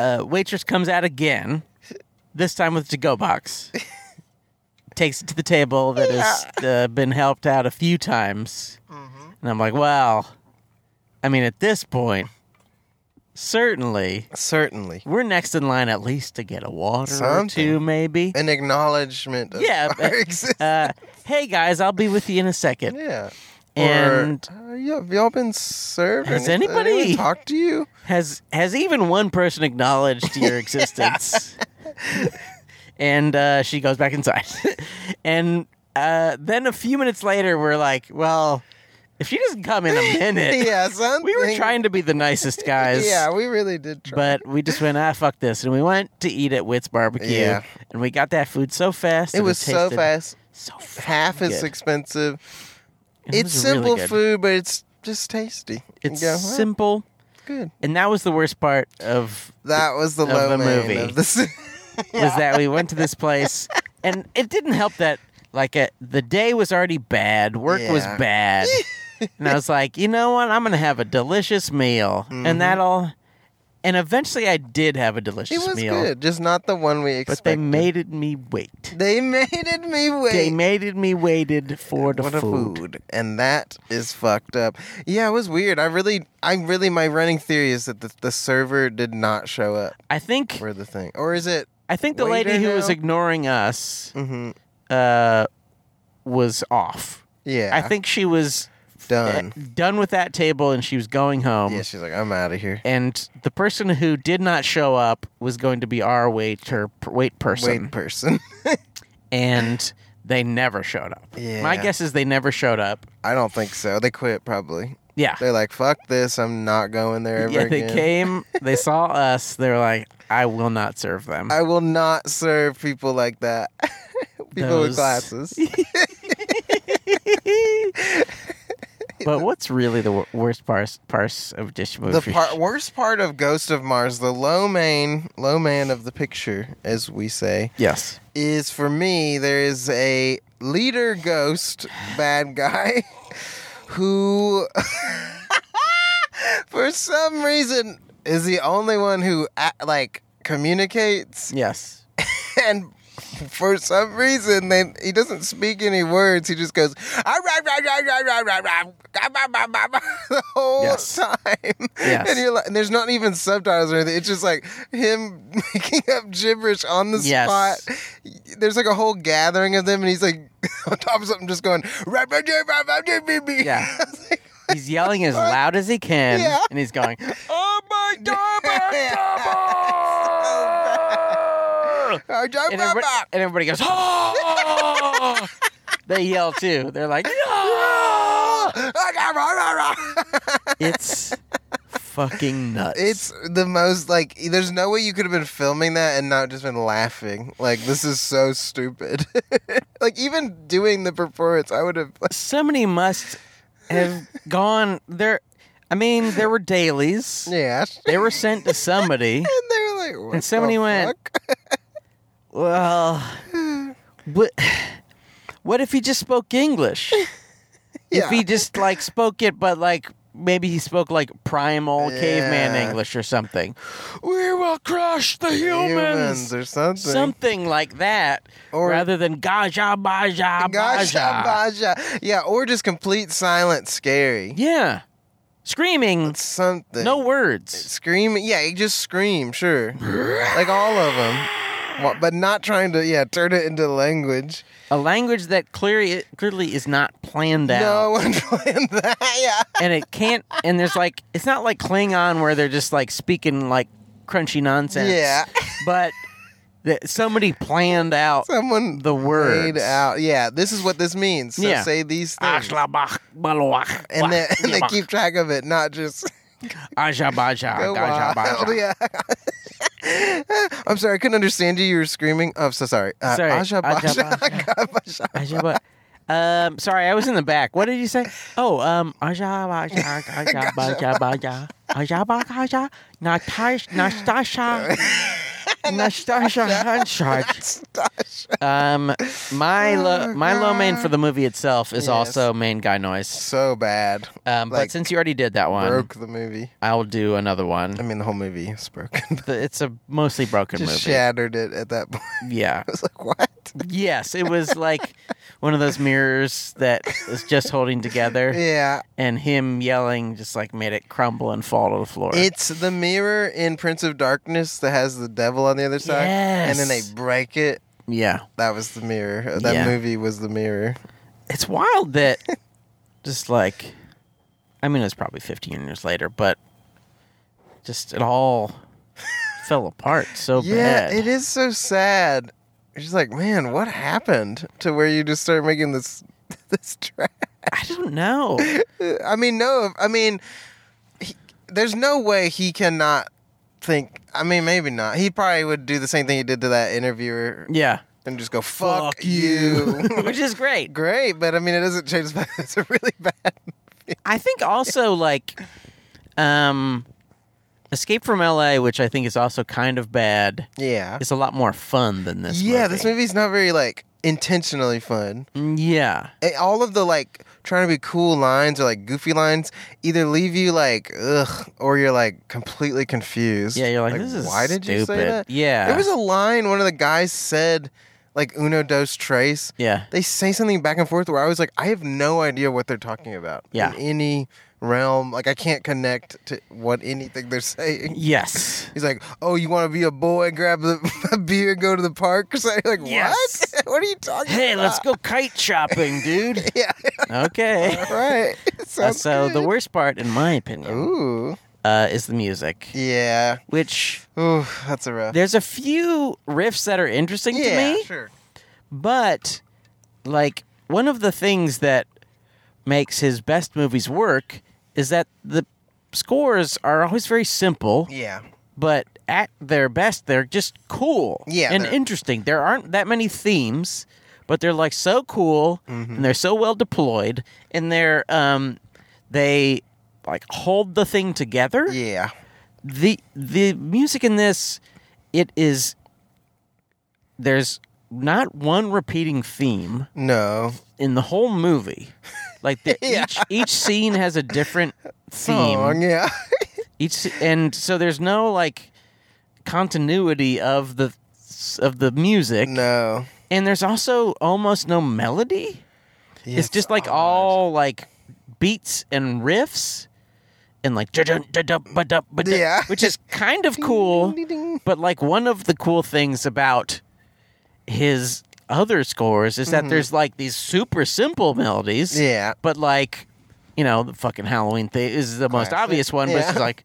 S1: uh, waitress comes out again. This time with a to-go
S2: (laughs)
S1: box. Takes it to the table that
S2: Mm-hmm.
S1: has uh, been helped out a few times. And I'm like, well, I mean, at this point, certainly
S2: (laughs) Certainly.
S1: we're next in line at least to get a water or
S2: Something.
S1: two, maybe.
S2: (laughs) An acknowledgement of
S1: Yeah,
S2: (laughs) our
S1: but-
S2: existence.
S1: Uh, hey guys, I'll be with you in a second.
S2: yeah.
S1: and-
S2: or, uh, yeah, have y'all been served? or
S1: Has
S2: anything?
S1: anybody-
S2: Anyone talked to you?
S1: Has has even one person acknowledged
S2: (laughs)
S1: your existence? and uh, she goes back inside. (laughs) and uh, then a few minutes later, we're like, well, if she doesn't come in (laughs)
S2: (laughs)
S1: a minute,
S2: yeah, something.
S1: we were trying to be the nicest guys.
S2: (laughs) Yeah, we really did try.
S1: But we just went, ah, fuck this. And we went to eat at Witt's Barbecue.
S2: Yeah.
S1: And we got that food so fast.
S2: it
S1: and
S2: was so
S1: tasted
S2: fast,
S1: So
S2: half
S1: fucking
S2: as
S1: good.
S2: expensive.
S1: And it
S2: It's
S1: was really
S2: simple
S1: good.
S2: food, but it's just tasty. You
S1: It's
S2: go, "Well,
S1: simple.
S2: Good.
S1: And that was the worst part of
S2: That was the
S1: Of
S2: low
S1: the
S2: man
S1: movie.
S2: of the. (laughs)
S1: was that we went to this place and it didn't help that like uh the day was already bad work was
S2: Yeah. (laughs)
S1: bad and i was like you know what i'm gonna have a delicious meal
S2: Mhm.
S1: and that'll and eventually i did have a delicious
S2: It was
S1: meal
S2: good, just not the one we
S1: but
S2: expected.
S1: they made it me wait
S2: They (laughs) made it me wait.
S1: they made it me waited for the
S2: what
S1: food.
S2: a food, and that is fucked up. Yeah, it was weird. I really, I really, my running theory is that the, the server did not show up
S1: i think
S2: for the thing, or is it?
S1: i think the lady
S2: Waiter
S1: who was
S2: now?
S1: ignoring us
S2: hmm
S1: uh was off
S2: Yeah,
S1: i think she was eh,
S2: done.
S1: done with that um, table and she was going home
S2: Yeah, she's like, I'm out of here.
S1: and the person who did not show up was going to be our waiter wait person
S2: Wait, person. (laughs)
S1: and they never showed up
S2: Yeah.
S1: my guess is they never showed up
S2: I don't think so. They quit probably.
S1: yeah
S2: They're like, fuck this. I'm not going there ever
S1: yeah they
S2: again. (laughs)
S1: came they saw us they were like i will not serve them
S2: I will not serve people like that. (laughs) people
S1: Those- (laughs)
S2: with glasses.
S1: but what's really the wor- worst part parts of dish movie
S2: the part, worst part of Ghost of Mars, the low main, low man of the picture, as we say,
S1: yes
S2: is for me. There is a leader ghost bad guy (laughs) who, (laughs) for some reason, is the only one who a- like communicates
S1: yes
S2: and for some reason they he doesn't speak any words he just goes "Ah, rah, rah, rah, rah, rah, rah, rah, ah, bah, bah, bah, bah," the whole
S1: Yes.
S2: time
S1: Yes.
S2: and you're like and there's not even subtitles or anything it's just like him making up gibberish on the
S1: Yes.
S2: spot there's like a whole gathering of them and he's like on top of something just going "Rah, rah, rah, rah, rah, rah, rah, rah."
S1: Yeah.
S2: I was like,
S1: he's yelling as loud as he can
S2: (laughs) Yeah.
S1: and he's going
S2: oh my
S1: "Double!" and, everybody, and everybody goes,
S2: (laughs)
S1: oh! they yell too. They're like, "No!" it's fucking nuts.
S2: It's the most like there's no way you could have been filming that and not just been laughing. Like this is so stupid. (laughs) like even doing the performance, I would have.
S1: somebody must have gone there. I mean, there were dailies.
S2: Yeah.
S1: They were sent to somebody.
S2: (laughs) And they were like, what
S1: And somebody
S2: the
S1: went,
S2: fuck?
S1: Well, what? What if he just spoke English? If
S2: Yeah.
S1: he just like spoke it, but like maybe he spoke like primal caveman
S2: Yeah.
S1: English or something. We will crush the humans.
S2: humans or something.
S1: something like that,
S2: Or-
S1: rather than gaja baja
S2: Gosh,
S1: baja.
S2: baja. Yeah, or just complete silence, scary.
S1: Yeah, screaming,
S2: Something.
S1: no words.
S2: Scream. Yeah, you just scream. Sure. like all of them, but not trying to. Yeah, turn it into language.
S1: A language that clearly clearly is not planned out,
S2: No (laughs) one planned that. Yeah.
S1: and it can't. And there's like it's not like Klingon where they're just like speaking like crunchy nonsense.
S2: Yeah.
S1: but that somebody planned out
S2: Someone
S1: the
S2: laid
S1: words.
S2: out. Yeah, this is what this means. So
S1: Yeah.
S2: say these things.
S1: Ashlabach, balawach,
S2: And,
S1: (laughs)
S2: they,
S1: wach,
S2: and they
S1: yabach,
S2: keep track of it, not just
S1: aja baja,
S2: go
S1: gaja
S2: wild.
S1: baja.
S2: Yeah. (laughs) I'm sorry, I couldn't understand you. You were screaming. Oh, so sorry. Uh,
S1: Sorry.
S2: Asha
S1: Asha
S2: Basha. (laughs)
S1: Aja ba- um, sorry, I was in the back. What did you say? Oh, um, Aja
S2: (laughs)
S1: Baja Aja Baja Baja Aja Baja Natasha
S2: (laughs)
S1: Nastasha Nastasha Hanshaj. Um, my lo- my low main for the movie itself is
S2: Oh, Yes.
S1: also main guy noise.
S2: so bad.
S1: Um, but
S2: Like,
S1: since you already did that one,
S2: Broke the movie.
S1: I'll do another
S2: I
S1: one.
S2: mean, the whole movie is broken. (laughs)
S1: The- It's a mostly broken
S2: Just
S1: movie.
S2: (laughs) shattered it at that point.
S1: Yeah.
S2: I was like, what?
S1: Yes, it was like one of those mirrors that is just holding together,
S2: Yeah,
S1: and him yelling just like made it crumble and fall to the floor.
S2: it's the mirror in Prince of Darkness that has the devil on the other side, and then they
S1: Yes.
S2: break it.
S1: yeah,
S2: That was the mirror. That
S1: Yeah.
S2: movie was the mirror.
S1: it's wild that just like, I mean, it's probably 15 years later, but just it all fell apart so
S2: Yeah,
S1: bad.
S2: it is so sad. You're just like, man, what happened to where you just start making this (laughs) this trash?
S1: I don't know.
S2: I mean, no, I mean, he, there's no way he cannot think. I mean, maybe not. He probably would do the same thing he did to that interviewer
S1: Yeah,
S2: and just go, "Fuck, you."
S1: (laughs)
S2: (laughs)
S1: which is great.
S2: Great, but I mean, it doesn't change. the fact that It's a really bad.
S1: I think also like um Escape from LA, which I think is also kind of bad,
S2: Yeah.
S1: is a lot more fun than this
S2: yeah,
S1: movie.
S2: this movie's not very like intentionally fun.
S1: movie. Yeah.
S2: And all of the like trying to be cool lines or like goofy lines either leave you like ugh or you're like completely confused.
S1: Yeah, you're like, this is
S2: why did
S1: stupid.
S2: you say that?
S1: Yeah.
S2: There was a line one of the guys said like uno dos tres.
S1: yeah.
S2: They say something back and forth where I was like, I have no idea what they're talking about.
S1: Yeah.
S2: In any realm. Like I can't connect to what anything they're saying.
S1: Yes.
S2: He's like, "Oh, you want to be a boy? Grab the, (laughs) a beer, go to the park." (laughs) Or something. Like,
S1: Yes.
S2: what? (laughs) what are you talking?
S1: Hey,
S2: about?
S1: let's
S2: (laughs)
S1: go kite shopping, dude.
S2: Yeah.
S1: Okay.
S2: (laughs) All right.
S1: Uh,
S2: Sounds
S1: so the
S2: good.
S1: worst part, in my opinion,
S2: Ooh.
S1: uh, is the music,
S2: Yeah.
S1: which
S2: Ooh, that's a rough.
S1: there's a few riffs that are interesting
S2: yeah.
S1: to me.
S2: Sure.
S1: But like one of the things that makes his best movies work is that the scores are always very simple,
S2: Yeah.
S1: but at their best they're just cool
S2: Yeah,
S1: and
S2: they're-
S1: interesting. There aren't that many themes, but they're like so cool
S2: Mm-hmm.
S1: and they're so well deployed and they're um they like hold the thing together
S2: Yeah.
S1: the the music in this it is there's not one repeating theme
S2: No.
S1: in the whole movie like the,
S2: (laughs) Yeah. Oh,
S1: each each scene has a different theme
S2: Song. Yeah. (laughs)
S1: each and so there's no like continuity of the of the music
S2: no.
S1: and there's also almost no melody
S2: Yeah,
S1: it's just like all like beats and riffs and like da-dun, da-dun, ba-dun, ba-dun,
S2: Yeah.
S1: which is kind of
S2: (laughs)
S1: cool
S2: Ding, ding, ding.
S1: but like one of the cool things about his other scores is that
S2: Mm-hmm.
S1: there's like these super simple melodies
S2: Yeah.
S1: but like you know the fucking halloween thing is the most
S2: Classic.
S1: obvious one but it's
S2: Yeah.
S1: just like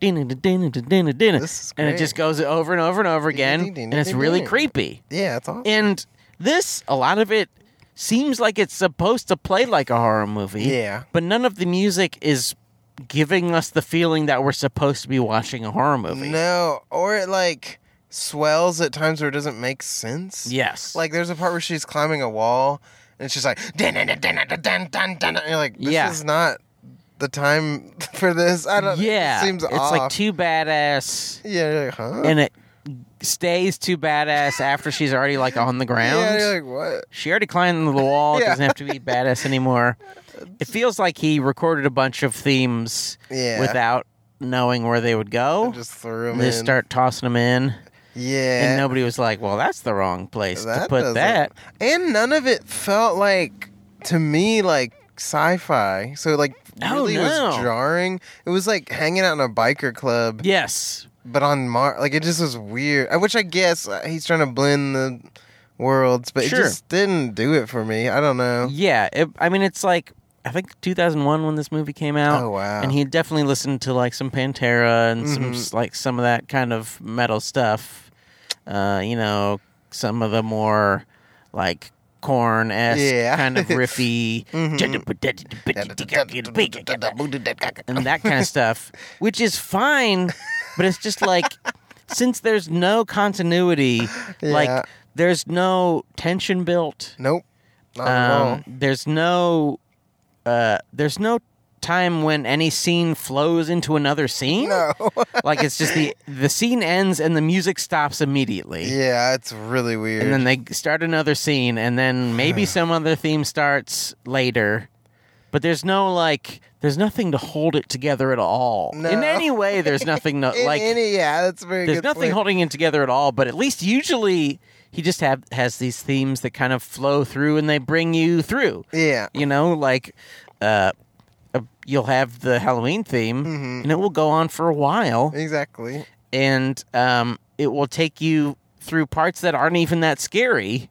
S1: dinna, da, dinna, da, dinna, dinna.
S2: This is
S1: and it
S2: great.
S1: just goes over and over and over
S2: Ding, ding,
S1: again
S2: ding, ding,
S1: and it's
S2: ding,
S1: really
S2: ding.
S1: creepy
S2: Yeah. It's awesome.
S1: and this, a lot of it seems like it's supposed to play like a horror movie.
S2: Yeah.
S1: But none of the music is giving us the feeling that we're supposed to be watching a horror movie.
S2: No. Or it like swells at times where it doesn't make sense.
S1: Yes.
S2: Like there's a part where she's climbing a wall and it's just like dun dun dun dun dun dun dun dun and you're like, this
S1: Yeah.
S2: is not the time (laughs) for this. I don't
S1: yeah,
S2: it seems
S1: it's
S2: off.
S1: like too badass,
S2: yeah, you're like, huh?
S1: and it stays too badass after she's already like on the ground.
S2: Yeah, you're like, what?
S1: She already climbed the wall. It
S2: Yeah.
S1: doesn't have
S2: (laughs)
S1: to be badass anymore. It feels like he recorded a bunch of themes
S2: Yeah.
S1: without knowing where they would go.
S2: I just threw him
S1: they
S2: in.
S1: start tossing them in.
S2: yeah.
S1: and nobody was like, "Well, that's the wrong place to
S2: That
S1: put
S2: doesn't-
S1: that."
S2: And none of it felt like to me like sci-fi. So like
S1: Oh,
S2: really
S1: no.
S2: was jarring. It was like hanging out in a biker club,
S1: Yes,
S2: but on Mars. Like it just was weird. I Which I guess uh, he's trying to blend the worlds, but
S1: Sure.
S2: it just didn't do it for me. I don't know.
S1: yeah. It, I mean, it's like I think 2001 when this movie came out.
S2: Oh, wow.
S1: And he definitely listened to like some Pantera and some
S2: Mm-hmm.
S1: s some like some of that kind of metal stuff. Uh, you know, some of the more like corn esque
S2: Yeah. Mm-hmm.
S1: kind
S2: (laughs)
S1: of riffy, and that kind of stuff, which is fine, but it's just like since there's no continuity,
S2: (laughs) Yeah.
S1: like there's no tension built.
S2: Nope. Not at all.
S1: Um, there's no uh, there's no time when any scene flows into another scene.
S2: No.
S1: (laughs) like it's just the the scene ends and the music stops immediately.
S2: (laughs) yeah, it's really weird.
S1: And then they start another scene, and then
S2: (sighs)
S1: maybe some other theme starts later. But there's no like, there's nothing to hold it together at all.
S2: No.
S1: In any way, there's nothing to,
S2: (laughs) In
S1: like.
S2: any- yeah, that's a very
S1: there's
S2: good
S1: nothing
S2: point.
S1: holding it together at all. But at least usually he just have has these themes that kind of flow through and they bring you through.
S2: Yeah.
S1: You know, like uh, uh, you'll have the Halloween theme,
S2: Mm-hmm.
S1: and it will go on for a while,
S2: Exactly.
S1: and um, it will take you through parts that aren't even that scary.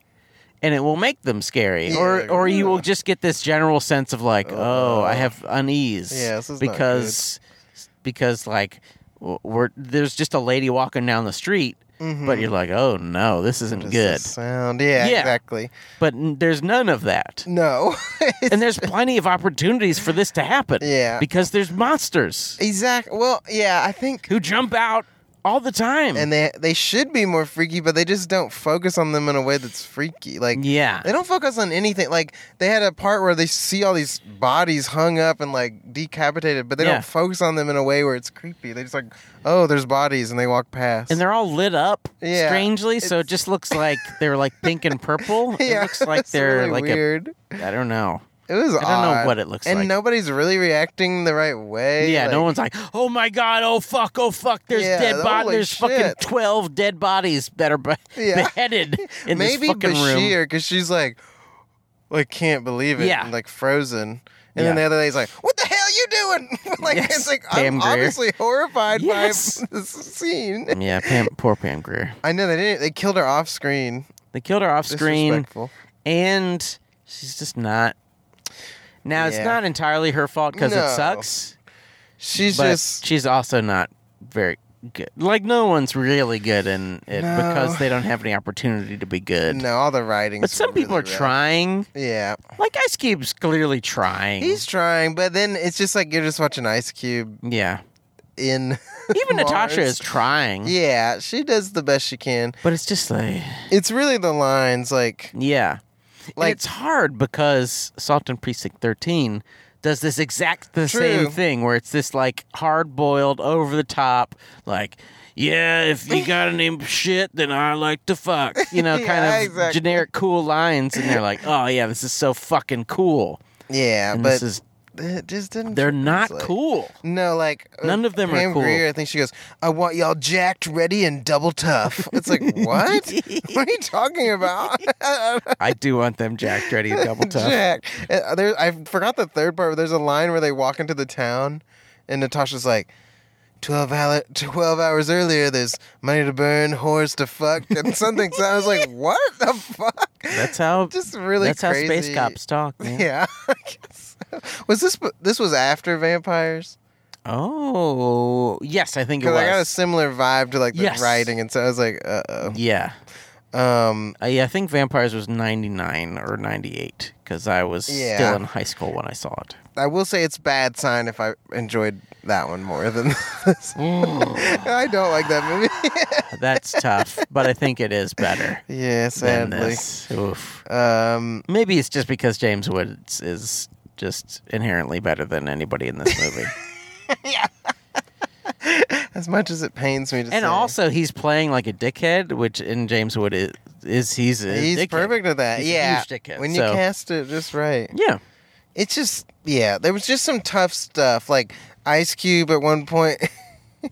S1: And it will make them scary, or
S2: Yeah,
S1: or you will
S2: yeah.
S1: just get this general sense of like, oh, I have unease,
S2: Yeah, this is not
S1: because because like w- we're there's just a lady walking down the street, but you're like, oh no, this isn't
S2: Mm-hmm. Just the
S1: good.
S2: sound. Yeah,
S1: Yeah.
S2: Exactly.
S1: But n- there's none of
S2: (laughs)
S1: that.
S2: No. (laughs)
S1: And there's plenty of opportunities for this to happen.
S2: Yeah.
S1: Because there's monsters
S2: exactly. Well, yeah. I think.
S1: who jump out all the time.
S2: And they they should be more freaky, but they just don't focus on them in a way that's freaky. Like
S1: yeah.
S2: They don't focus on anything. Like they had a part where they see all these bodies hung up and like decapitated, but they
S1: Yeah.
S2: don't focus on them in a way where it's creepy. They just like, oh, there's bodies, and they walk past. (laughs)
S1: And they're all lit up
S2: Yeah,
S1: strangely, so it just looks like they're like pink and
S2: (laughs)
S1: purple. It looks like
S2: it's
S1: they're
S2: really
S1: like
S2: weird.
S1: a I don't know.
S2: It was.
S1: I don't know
S2: odd.
S1: what it looks
S2: and
S1: like.
S2: nobody's really reacting the right way.
S1: Yeah, no
S2: like-
S1: one's like, "Oh my god, oh fuck, oh fuck, there's
S2: Yeah,
S1: dead bodies.
S2: holy
S1: There's fucking
S2: shit.
S1: 12 dead bodies that are be-
S2: (laughs) Yeah. (laughs)
S1: beheaded in this
S2: Maybe
S1: fucking room."
S2: Bashir, because she's like, like can't believe it,
S1: Yeah.
S2: and, like frozen. And
S1: Yeah.
S2: then the other lady's like, "What the hell you doing?" (laughs) like
S1: Yes,
S2: it's like
S1: Pam
S2: I'm
S1: Grier.
S2: obviously horrified
S1: Yes.
S2: by (laughs) this scene.
S1: Yeah, Pam, poor Pam Greer.
S2: I know they didn't. They killed her off screen.
S1: They killed her off screen.
S2: Disrespectful.
S1: and she's just not. Now it's
S2: Yeah.
S1: not entirely her fault because it
S2: No.
S1: sucks,
S2: She's
S1: but
S2: just
S1: she's also not very good. Like no one's really good in it
S2: No.
S1: because they don't have any opportunity to be good.
S2: no. All the writing.
S1: but some people are trying.
S2: Yeah,
S1: Like Ice Cube's clearly trying.
S2: he's trying, but then it's just like you're just watching Ice Cube
S1: yeah.
S2: in. (laughs)
S1: Even
S2: Mars.
S1: Natasha is trying.
S2: Yeah, she does the best she can.
S1: But it's just like
S2: It's really the lines, like
S1: yeah. Like
S2: Like-
S1: it's hard because Salt and Precinct 13 does this exact the same
S2: True.
S1: thing where it's this like hard boiled over the top like yeah if
S2: (laughs)
S1: you got any shit then I like to fuck you know
S2: Yeah,
S1: kind of
S2: exactly.
S1: generic cool lines and they're like
S2: (laughs)
S1: oh yeah this is so fucking cool
S2: yeah,
S1: and
S2: but
S1: this is
S2: it just didn't.
S1: they're not
S2: translate.
S1: cool
S2: (laughs) No, like uh,
S1: None of them are
S2: Pam
S1: cool.
S2: Grier, I think she goes, "I want y'all jacked, ready, and
S1: (laughs)
S2: double tough." It's like what? what are you talking about? (laughs)
S1: I do want them Jack Dreddy and double tough
S2: Jack. Uh, There, I forgot the third part. But there's a line where they walk into the town, and Natasha's like, 12, hour, 12 hours earlier, there's money to burn, whores to fuck, and something. so I
S1: (laughs)
S2: was like, what the fuck?
S1: that's how
S2: (laughs) Just really
S1: that's
S2: crazy.
S1: how space
S2: (laughs)
S1: cops talk man.
S2: Yeah. I guess so. was this this was after vampires?
S1: oh yes I think it
S2: Because
S1: was
S2: I got a similar vibe to like the
S1: Yes.
S2: writing, and so I was like, uh oh.
S1: yeah
S2: Um,
S1: Uh, yeah, I think Vampires was 99 or 98 because I was
S2: Yeah.
S1: still in high school when I saw it.
S2: I will say it's bad sign if I enjoyed that one more than (laughs) this.
S1: Mm.
S2: Mm. I don't like that movie. (laughs)
S1: That's tough, but I think it is better
S2: Yeah,
S1: than
S2: sadly.
S1: this. Oof.
S2: Um,
S1: Maybe it's just because James Woods is just inherently better than anybody in
S2: (laughs)
S1: this movie.
S2: as much as it pains me to say,
S1: and also, he's playing like a dickhead, which in James Wood is, is he's a
S2: he's
S1: dickhead.
S2: perfect at that.
S1: He's a
S2: yeah,
S1: huge dickhead,
S2: when
S1: so-
S2: you cast it just right,
S1: Yeah.
S2: it's just yeah. There was just some tough stuff, like Ice Cube at one point. (laughs)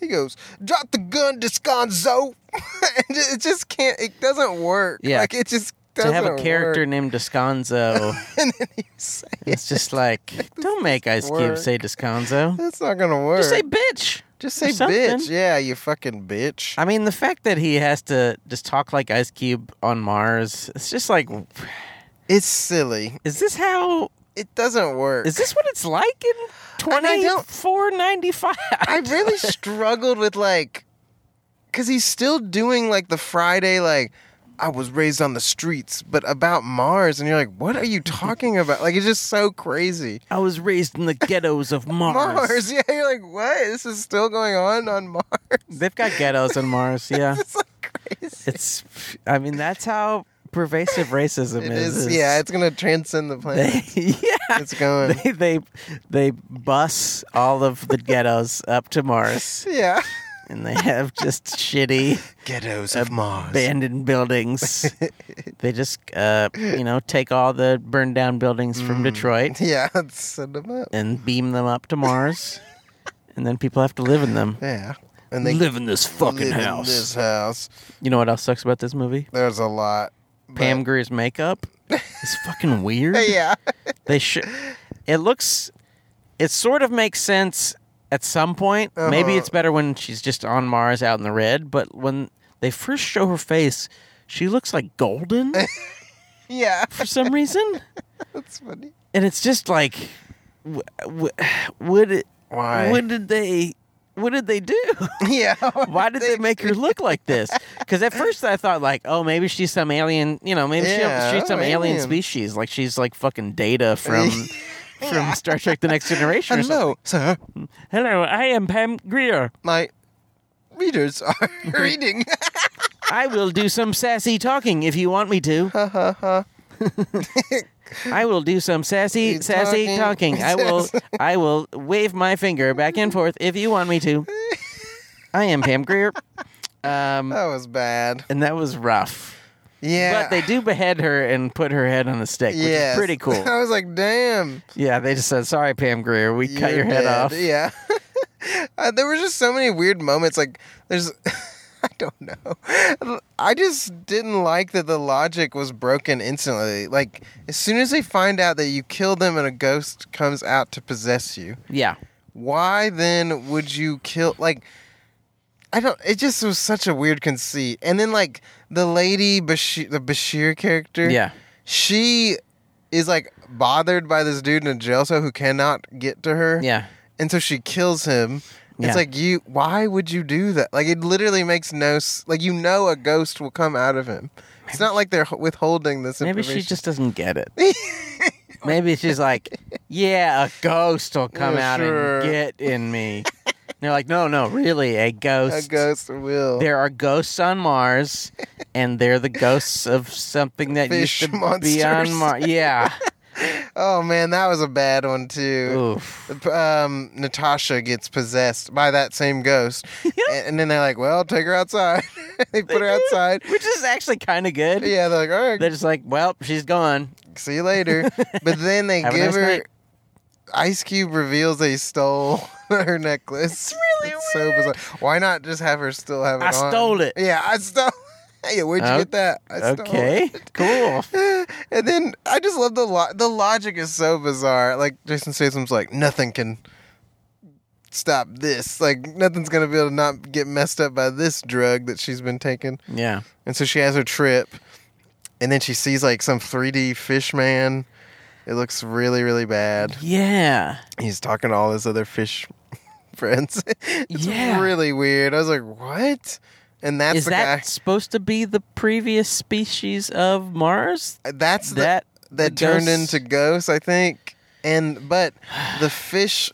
S2: he goes, "Drop the gun, Descanso." (laughs) And it it just can't. It doesn't work.
S1: Yeah.
S2: like it just
S1: To
S2: doesn't
S1: have a character
S2: work.
S1: named Descanso,
S2: (laughs) and then you say,
S1: it's just like, don't make Ice Cube
S2: work.
S1: say Descanso.
S2: "That's not gonna work."
S1: Just say bitch.
S2: Just
S1: or
S2: say
S1: something.
S2: bitch. Yeah, you fucking bitch.
S1: I mean, the fact that he has to just talk like Ice Cube on Mars, it's just like,
S2: It's silly.
S1: is this how,
S2: It doesn't work.
S1: is this what it's like in
S2: And I don't-
S1: 2495?
S2: I
S1: (laughs)
S2: really struggled with like, because he's still doing like the Friday like. I was raised on the streets, but about Mars, and you're like, "What are
S1: (laughs)
S2: you talking about?" Like, it's just so crazy.
S1: I was raised in the ghettos
S2: (laughs)
S1: of Mars.
S2: Mars, yeah, you're like, "What? This is still going on on Mars." (laughs)
S1: They've got ghettos on Mars, yeah.
S2: It's like crazy.
S1: It's, I mean, that's how pervasive racism
S2: It
S1: is.
S2: is,
S1: is
S2: yeah. It's gonna transcend the planet.
S1: (laughs) They, yeah.
S2: it's going,
S1: They, they they bus all of the ghettos up to Mars,
S2: (laughs) yeah.
S1: and they have just shitty
S2: Ghettos of Mars. (laughs)
S1: abandoned buildings. they just, uh, you know, take all the burned down buildings
S2: Mm.
S1: from
S2: (laughs)
S1: Detroit
S2: Yeah, let's send them up.
S1: and beam them up to Mars, and then people have to live in them.
S2: Yeah, and they
S1: live in this fucking
S2: live in
S1: house.
S2: this house.
S1: You know what else sucks about this movie?
S2: There's a lot. but-
S1: Pam Greer's makeup is fucking weird.
S2: (laughs) yeah. (laughs)
S1: They should. It looks. It sort of makes sense at some point. Maybe
S2: Uh-huh.
S1: it's better when she's just on Mars out in the red. But when they first show her face, she looks like golden
S2: yeah. (laughs)
S1: for some reason,
S2: That's funny.
S1: and it's just like, w- w- would it? (laughs)
S2: Why?
S1: What did they? What did they do? (laughs)
S2: (laughs) yeah.
S1: Why did they make her look like this? Because at first I thought like, oh, maybe she's some alien. You know, maybe she-
S2: Yeah,
S1: she's
S2: oh,
S1: some alien.
S2: alien.
S1: species. Like she's like fucking Data
S2: (laughs)
S1: from from Star Trek: The Next Generation. or something.
S2: Hello, sir.
S1: Hello, I am Pam Greer.
S2: My
S1: (laughs)
S2: readers (laughs) are reading.
S1: I will do some sassy talking if you want me to.
S2: Ha, ha, ha.
S1: I will do some sassy,
S2: Keep
S1: sassy
S2: talking.
S1: talking. I will, I will wave my finger back and forth if you want me to. I am Pam Greer. Um,
S2: that was bad.
S1: and that was rough.
S2: Yeah.
S1: But they do behead her and put her head on a stick, which
S2: Yes.
S1: is pretty cool.
S2: (laughs) I was like, damn.
S1: Yeah, they just said, "Sorry, Pam Greer, we cut your
S2: you're
S1: head
S2: dead."
S1: off." (laughs)
S2: Yeah. Uh, there were just so many weird moments. Like, there's. (laughs) I don't know. I just didn't like that the logic was broken instantly. Like, as soon as they find out that you kill them and a ghost comes out to possess you,
S1: Yeah,
S2: why then would you kill like I don't it just was such a weird conceit. And then like the lady Bashir the Bashir character.
S1: yeah,
S2: She is like bothered by this dude in a jail cell who cannot get to her.
S1: yeah.
S2: And so she kills him.
S1: Yeah.
S2: It's like you why would you do that? Like it literally makes no s- like you know a ghost will come out of him. It's not like they're h- withholding this
S1: Maybe
S2: information.
S1: she just doesn't get
S2: (laughs)
S1: it. Maybe she's like, "Yeah, a ghost will come
S2: Yeah,
S1: out
S2: sure.
S1: and get in me." And they're like, "No, no, really, a
S2: a
S1: ghost.
S2: ghost will.
S1: There are ghosts on Mars, and they're the ghosts of something that
S2: Fish
S1: used to be
S2: monsters.
S1: on
S2: (laughs)
S1: Mars." Yeah.
S2: Oh man, that was a bad one too.
S1: Oof.
S2: um, Natasha gets possessed by that
S1: (laughs)
S2: same ghost, and, and then they're like, "Well, take her outside." (laughs) they put her outside.
S1: Which is actually kind of good.
S2: Yeah, they're like, "All right,
S1: They're just like, "Well, she's gone."
S2: see
S1: (laughs)
S2: you later." But then they
S1: Have a
S2: give
S1: nice
S2: her.
S1: night.
S2: Ice Cube reveals they stole (laughs) her necklace. It's really so bizarre. Why not just have her still have it?
S1: I
S2: on?
S1: stole it.
S2: Yeah, I stole. (laughs) Yeah, where'd you
S1: Oh,
S2: get that? I stole it.
S1: Okay. Cool.
S2: and then I just love the lo- the logic is so bizarre. Like Jason Statham's like nothing can stop this. Like nothing's gonna be able to not get messed up by this drug that she's been taking.
S1: Yeah.
S2: And so she has her trip, and then she sees like some 3D fish man. It looks really really bad.
S1: Yeah.
S2: He's talking to all his other fish (laughs) friends. (laughs) it's
S1: Yeah.
S2: really weird. I was like, what? And that's
S1: is
S2: the
S1: that supposed to be the previous species of Mars?
S2: guy. That's the,
S1: that the
S2: that turned
S1: ghosts-
S2: into ghosts, I think. And but the fish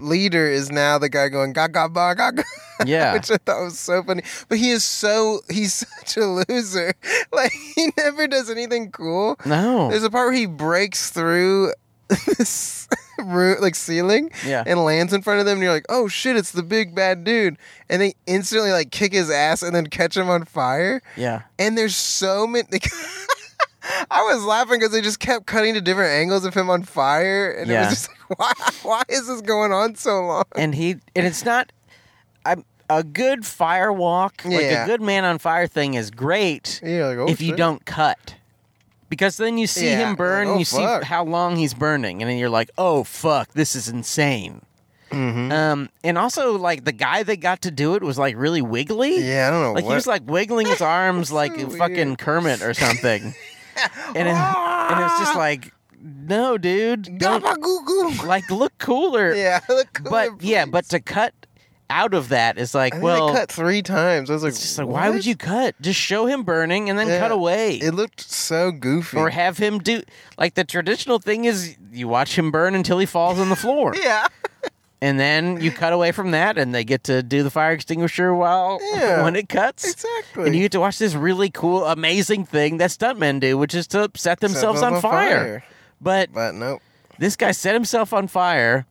S2: leader is now the guy going gaga ba gaga,
S1: Yeah.
S2: which I thought was so funny. But he is so he's (laughs) such a loser. (laughs) Like he never does anything cool.
S1: (laughs) no.
S2: There's a part where he breaks through (laughs) this roo- like ceiling
S1: Yeah.
S2: and lands in front of them and you're like oh shit it's the big bad dude and they instantly like kick his ass and then catch him on fire
S1: Yeah.
S2: and there's so many. (laughs) I was laughing because they just kept cutting to different angles of him on fire, and
S1: Yeah.
S2: it was just like, (laughs) why? Why is this going on so long?
S1: And he and it's not I'm a good fire walk, like a
S2: Yeah.
S1: good man on fire thing is great
S2: Yeah, like, oh,
S1: if you
S2: shit.
S1: don't cut. Because then you see
S2: Yeah,
S1: him
S2: like,
S1: burn,
S2: oh,
S1: you
S2: fuck.
S1: see how long he's burning, and then you're like, "Oh fuck, this is insane."
S2: Mm-hmm.
S1: Um, and also, like the guy that got to do it was like really wiggly.
S2: Yeah, I don't know
S1: like
S2: what.
S1: he was like wiggling his arms like
S2: so
S1: fucking
S2: weird.
S1: Kermit or
S2: (laughs)
S1: something. and it, and it was
S2: Ah!
S1: just like, no, dude, don't (laughs)
S2: Gabagoo-goo.
S1: like look cooler.
S2: (laughs) yeah, look cool,
S1: but yeah,
S2: please.
S1: but to cut out of that is like,
S2: I think
S1: well,
S2: they cut three times. I was like,
S1: it's just like, why
S2: what?
S1: would you cut? Just show him burning and then
S2: Yeah.
S1: cut away.
S2: It looked so goofy.
S1: or have him do like the traditional thing is you watch him burn until he falls on the floor, (laughs)
S2: (laughs) (laughs) yeah,
S1: and then you cut away from that, and they get to do the fire extinguisher while
S2: Yeah.
S1: when it cuts.
S2: exactly.
S1: And you get to watch this really cool, amazing thing that stuntmen do, which is to set themselves
S2: them
S1: on,
S2: on
S1: fire.
S2: fire.
S1: But
S2: but nope.
S1: this guy set himself on fire,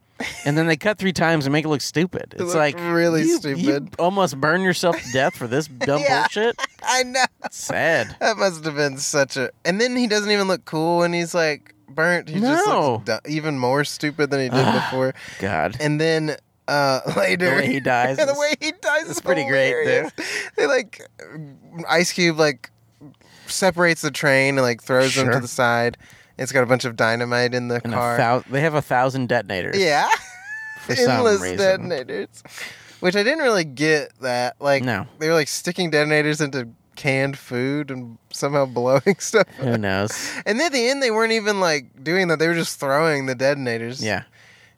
S1: and then they cut three times and make it look stupid. It's
S2: looked
S1: like
S2: really
S1: you- You
S2: stupid.
S1: almost burn yourself to death for
S2: (laughs)
S1: this dumb
S2: Yeah.
S1: bullshit.
S2: I know.
S1: Sad.
S2: That must have been such a. And then he doesn't even look cool when he's like burnt. He just
S1: No. (sighs)
S2: looks du- even more stupid than he did
S1: Ah.
S2: before.
S1: God.
S2: And then uh, (laughs)
S1: The
S2: later.
S1: way he dies
S2: (laughs) the
S1: is-
S2: way he dies is
S1: it's pretty great, dude.
S2: hilarious. They like Ice Cube like separates the train and like throws them to
S1: Sure.
S2: the side. It's got a bunch of dynamite in the
S1: And a
S2: car.
S1: thou- they have a thousand detonators.
S2: (laughs) yeah,
S1: (laughs) For some
S2: endless
S1: reason.
S2: detonators. Which I didn't really get that. Like
S1: No.
S2: they were like sticking detonators into canned food and somehow (laughs) blowing stuff.
S1: Who
S2: (laughs)
S1: knows?
S2: And then at the end, they weren't even like doing that. They were just throwing the detonators.
S1: Yeah.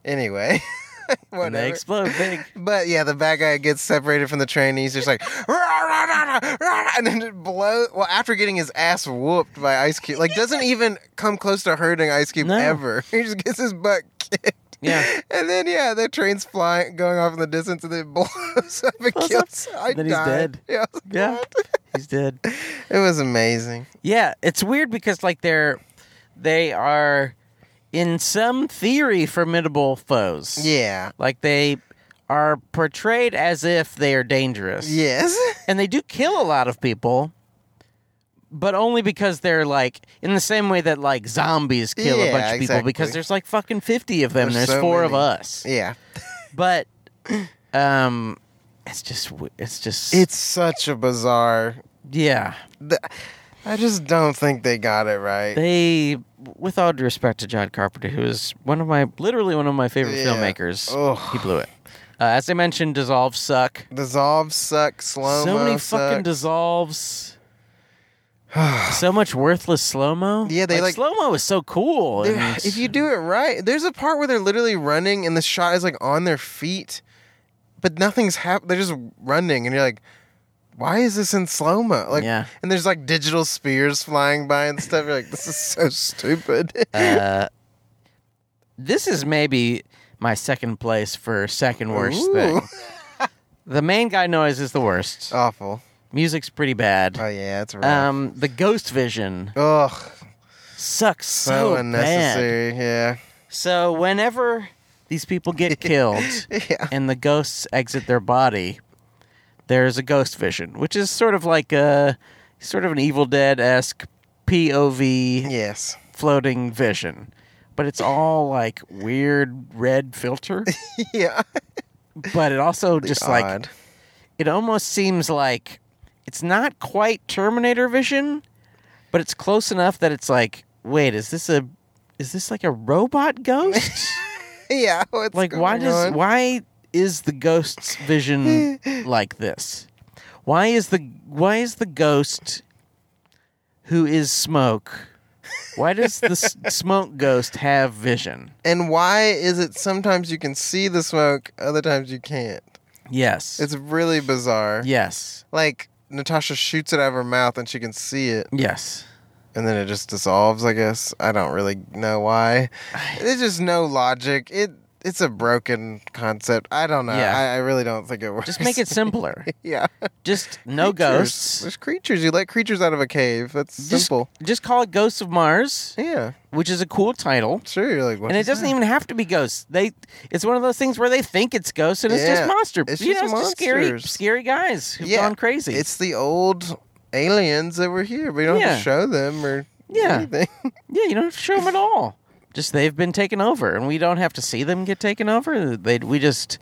S2: Anyway, (laughs)
S1: And they
S2: whatever.
S1: explode
S2: (laughs)
S1: big.
S2: But yeah, the bad guy gets separated from the train. And he's just like, "Rah, rah, rah, rah, rah," and then it blows. Well, after getting his ass whooped by Ice Cube, like doesn't even come close to hurting Ice Cube
S1: No.
S2: ever. (laughs) He just gets his butt kicked.
S1: Yeah.
S2: And then yeah, the train's flying, going off in the distance, and then it (laughs) blows up and
S1: Blows up.
S2: kills. I
S1: And then he's
S2: died.
S1: dead.
S2: Yeah, I was like,
S1: Yeah.
S2: "What?"
S1: He's dead.
S2: it was amazing.
S1: Yeah, it's weird because like they're they are in some theory formidable foes.
S2: Yeah.
S1: Like they are portrayed as if they are dangerous.
S2: Yes. (laughs)
S1: And they do kill a lot of people. But only because they're like in the same way that like zombies kill a
S2: Yeah,
S1: bunch of people
S2: exactly.
S1: because there's like fucking 50 of them
S2: There's
S1: there's,
S2: so
S1: four of
S2: many.
S1: us.
S2: Yeah.
S1: But um it's just w- it's just
S2: It's such a bizarre.
S1: yeah.
S2: th- I just don't think they got it right.
S1: They, with all due respect to John Carpenter, who is one of my literally one of my favorite
S2: Yeah. Oh.
S1: filmmakers,
S2: Ugh.
S1: he blew it. Uh, as I mentioned, dissolves suck.
S2: Dissolve suck, slow
S1: so
S2: mo
S1: many
S2: suck.
S1: fucking
S2: (sighs)
S1: dissolves. so much worthless slow mo.
S2: Yeah, they, like-
S1: slow mo is so cool.
S2: They're-
S1: and-
S2: if you do it right, there's a part where they're literally running and the shot is like on their feet, but nothing's happening. They're just running, and you're like, why is this in slow mo? Like,
S1: Yeah.
S2: and there's like digital spears flying by and stuff. You're like, this is so stupid.
S1: (laughs)
S2: (laughs)
S1: uh, this is maybe my second place for second worst
S2: Ooh.
S1: thing. The main guy noise is the worst.
S2: Awful.
S1: Music's pretty bad.
S2: Oh yeah, that's Oh. right.
S1: um, the ghost vision
S2: Ugh,
S1: sucks
S2: so,
S1: so, bad.
S2: unnecessary.
S1: So whenever these people get killed
S2: (laughs) Yeah, yeah.
S1: and the ghosts exit their body, there's a ghost vision, which is sort of like a sort of an Evil Dead esque POV
S2: Yes.
S1: floating vision, but it's all like weird red
S2: (laughs)
S1: filter.
S2: Yeah.
S1: but it also just like
S2: Odd.
S1: it almost seems like it's not quite Terminator vision, but it's close enough that it's like, wait, is this a is this like a robot
S2: (laughs)
S1: ghost?
S2: yeah. What's
S1: like why
S2: going
S1: does
S2: on?
S1: why is the ghost's
S2: (laughs)
S1: vision like this why is the why is the ghost who is smoke why does the
S2: (laughs)
S1: s- smoke ghost have vision
S2: And why is it sometimes you can see the smoke, other times you can't?
S1: yes
S2: It's really bizarre.
S1: yes
S2: Like Natasha shoots it out of her mouth and she can see it,
S1: yes
S2: and then it just dissolves. I guess I don't really
S1: (sighs)
S2: know why. There's just no logic. It it's a broken concept. I don't know.
S1: Yeah.
S2: I, I really don't think it works.
S1: just make it simpler
S2: (laughs) yeah.
S1: just (laughs) no
S2: Creatures.
S1: ghosts
S2: There's creatures. You let creatures out of a cave. That's
S1: just,
S2: simple.
S1: just call it ghosts of mars
S2: Yeah.
S1: which is a cool title
S2: Sure. You're like, what
S1: and it
S2: is
S1: doesn't
S2: that?
S1: even have to be ghosts. They it's one of those things where they think it's ghosts and it's
S2: Yeah,
S1: just monster.
S2: it's
S1: you
S2: just
S1: know, it's scary,
S2: monsters.
S1: scary guys who've
S2: Yeah,
S1: gone crazy.
S2: It's the old aliens that were here. We don't have
S1: Yeah.
S2: to show them or
S1: Yeah. (laughs)
S2: anything.
S1: yeah, you don't have to show them at all. Just they've been taken over, and we don't have to see them get taken over. They we just,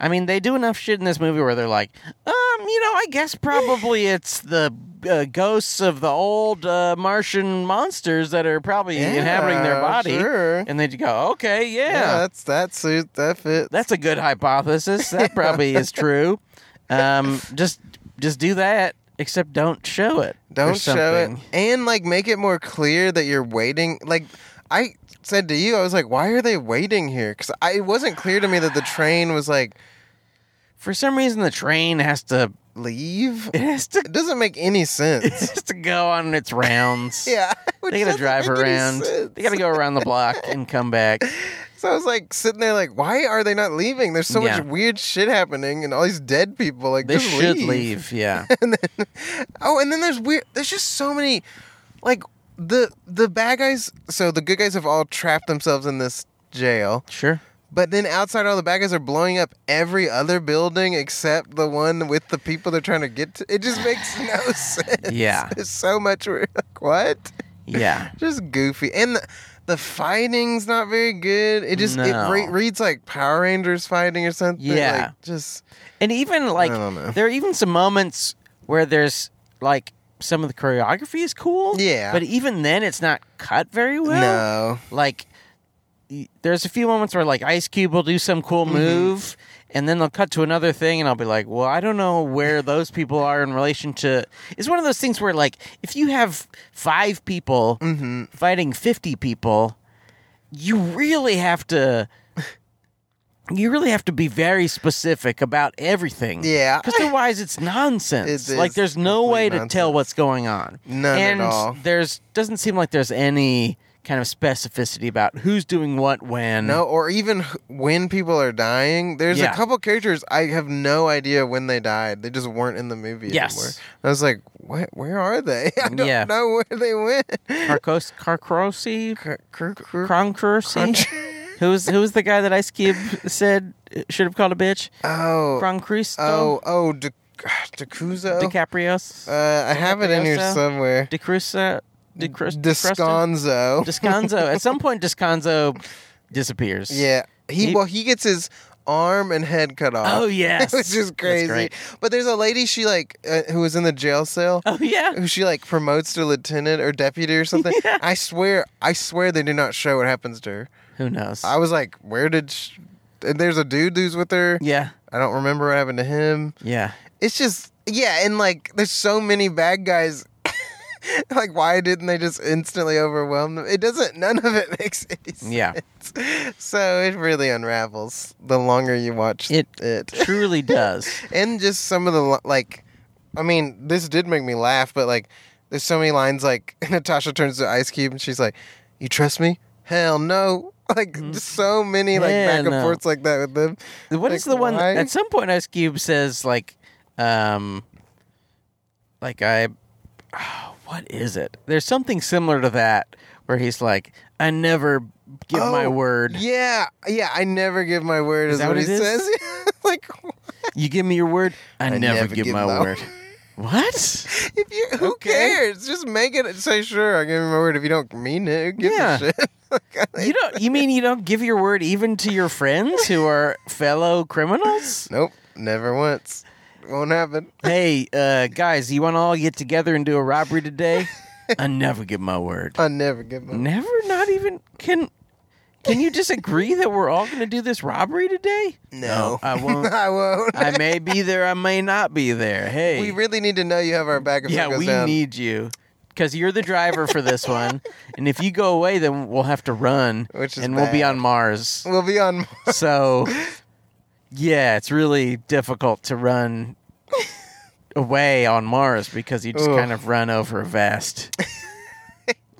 S1: I mean, they do enough shit in this movie where they're like, um, you know, I guess probably
S2: (laughs)
S1: it's the uh, ghosts of the old uh, Martian monsters that are probably inhabiting their
S2: Yeah,
S1: body,
S2: Sure.
S1: and they go, okay,
S2: Yeah,
S1: yeah,
S2: that's that suit. That fit.
S1: That's a good
S2: (laughs)
S1: hypothesis. That probably is true. Um, just just do that, except don't show it. or
S2: Don't show it.
S1: something.
S2: And like make it more clear that you're waiting. Like I said to you, I was like, why are they waiting here? Because it wasn't clear to me that the train was like
S1: For some reason, the train has to (laughs)
S2: leave.
S1: it has to
S2: It doesn't make any
S1: it (laughs)
S2: sense.
S1: has to go on its rounds.
S2: (laughs) yeah, (laughs) which
S1: They gotta
S2: doesn't
S1: drive
S2: make any
S1: around.
S2: sense.
S1: They gotta go around the
S2: (laughs)
S1: block and come back.
S2: So I was like sitting there, like, why are they not leaving? There's so
S1: Yeah.
S2: much weird shit happening, and all these dead people. Like,
S1: They
S2: just
S1: should
S2: leave.
S1: leave. Yeah.
S2: and then (laughs) oh and then there's weird there's just so many like the the bad guys so the good guys have all trapped themselves in this jail
S1: Sure.
S2: but then outside all the bad guys are blowing up every other building except the one with the people they're trying to get to it just makes no (laughs) sense
S1: Yeah.
S2: there's so much weird (laughs) like what (laughs)
S1: Yeah.
S2: just goofy and the, The fighting's not very good. It just it
S1: No.
S2: re- reads like Power Rangers fighting or something.
S1: Yeah.
S2: like, just
S1: And even like
S2: don't know.
S1: there are even some moments where there's like some of the choreography is cool.
S2: Yeah.
S1: But even then it's not cut very well.
S2: no.
S1: Like y- there's a few moments where like Ice Cube will do some
S2: Mm-hmm.
S1: cool move and then they'll cut to another thing and I'll be like, "Well, I don't know where those people are in relation to It's one of those things where like if you have 5 people
S2: Mm-hmm.
S1: fighting 50 people, you really have
S2: (laughs)
S1: to you really have to be very specific about everything.
S2: Yeah.
S1: Because otherwise, it's nonsense.
S2: (laughs) It
S1: like,
S2: is
S1: there's no
S2: complete
S1: way to tell
S2: nonsense.
S1: what's going on.
S2: None at
S1: and
S2: all.
S1: There's doesn't seem like there's any kind of specificity about who's doing what when.
S2: No, or even h- when people are dying. There's
S1: Yeah.
S2: a couple characters I have no idea when they died. They just weren't in the movie
S1: Yes.
S2: anymore. I was like, what? Where are they? (laughs) I don't
S1: Yeah.
S2: know where they went.
S1: Carcos, Carcrosi,
S2: Cr- cr- cr-
S1: Cronkrosi. (laughs) Who's who's the guy that Ice Cube said should have called a bitch?
S2: oh,
S1: Croncristo.
S2: oh, oh, (sighs) De- Decuzo.
S1: DiCaprios.
S2: uh, I have it in here
S1: Capriosa?
S2: somewhere.
S1: DiCrusa. DiCrus- Discrusta?
S2: Desconzo.
S1: Descanso. At some point, Descanso disappears.
S2: yeah, he,
S1: He-
S2: well, he gets his arm and head cut off.
S1: Oh yes,
S2: (laughs) which is
S1: That's
S2: crazy.
S1: great.
S2: But there's a lady she like uh, who was in the
S1: (laughs)
S2: jail cell.
S1: Oh yeah.
S2: who she like promotes to lieutenant or deputy or something.
S1: (laughs) Yeah.
S2: I swear, I swear they do not show what happens to her.
S1: Who knows?
S2: I was like, where did? She... And there's a dude who's with her.
S1: yeah.
S2: I don't remember what happened to him.
S1: Yeah.
S2: It's just yeah, and like there's so many bad guys. (laughs) like why didn't they just instantly overwhelm them? It doesn't. None of it (laughs) makes any sense.
S1: Yeah.
S2: So it really unravels the longer you watch
S1: It-
S2: it.
S1: Truly does.
S2: and just some of the li- like i mean this did make me laugh but like there's so many lines like (laughs) natasha turns to ice cube and she's like you trust me hell no (laughs) like just so many like
S1: Mm. Hell
S2: back and
S1: no.
S2: forths like that with them
S1: What
S2: Like,
S1: is the one
S2: why?
S1: at some point Ice Cube says like um like I (sighs) oh, what is it? There's something similar to that where he's like I never give my
S2: Oh,
S1: word.
S2: yeah yeah i never give my word
S1: Is
S2: is,
S1: that
S2: what,
S1: what
S2: he
S1: it is?
S2: says (laughs) like
S1: You give me your word, I, never, give, my, word. (laughs) What?
S2: if you who
S1: Okay.
S2: cares just make it say sure i give you my word if you don't mean it who gives
S1: Yeah.
S2: a shit (laughs) Like, I-
S1: You don't you mean you don't give your word even to your friends who are fellow criminals?
S2: nope never once won't happen
S1: hey, uh, guys, you want to all get together and do a robbery today? I never give my word.
S2: i never give my
S1: Never, not even can. Can you disagree that we're all going to do this robbery today?
S2: no, (laughs)
S1: I won't.
S2: i won't
S1: I may be there. I may not be there. Hey,
S2: (laughs) We really need to know you have our back if
S1: yeah,
S2: it goes
S1: we
S2: down.
S1: need you because you're the driver for this one. and if you go away, then we'll have to run,
S2: Which is
S1: and we'll be
S2: bad.
S1: on Mars.
S2: We'll
S1: (laughs)
S2: be on. (laughs)
S1: So, yeah, it's really difficult to run away on Mars because you just
S2: Ugh.
S1: kind of run over a
S2: (laughs)
S1: vast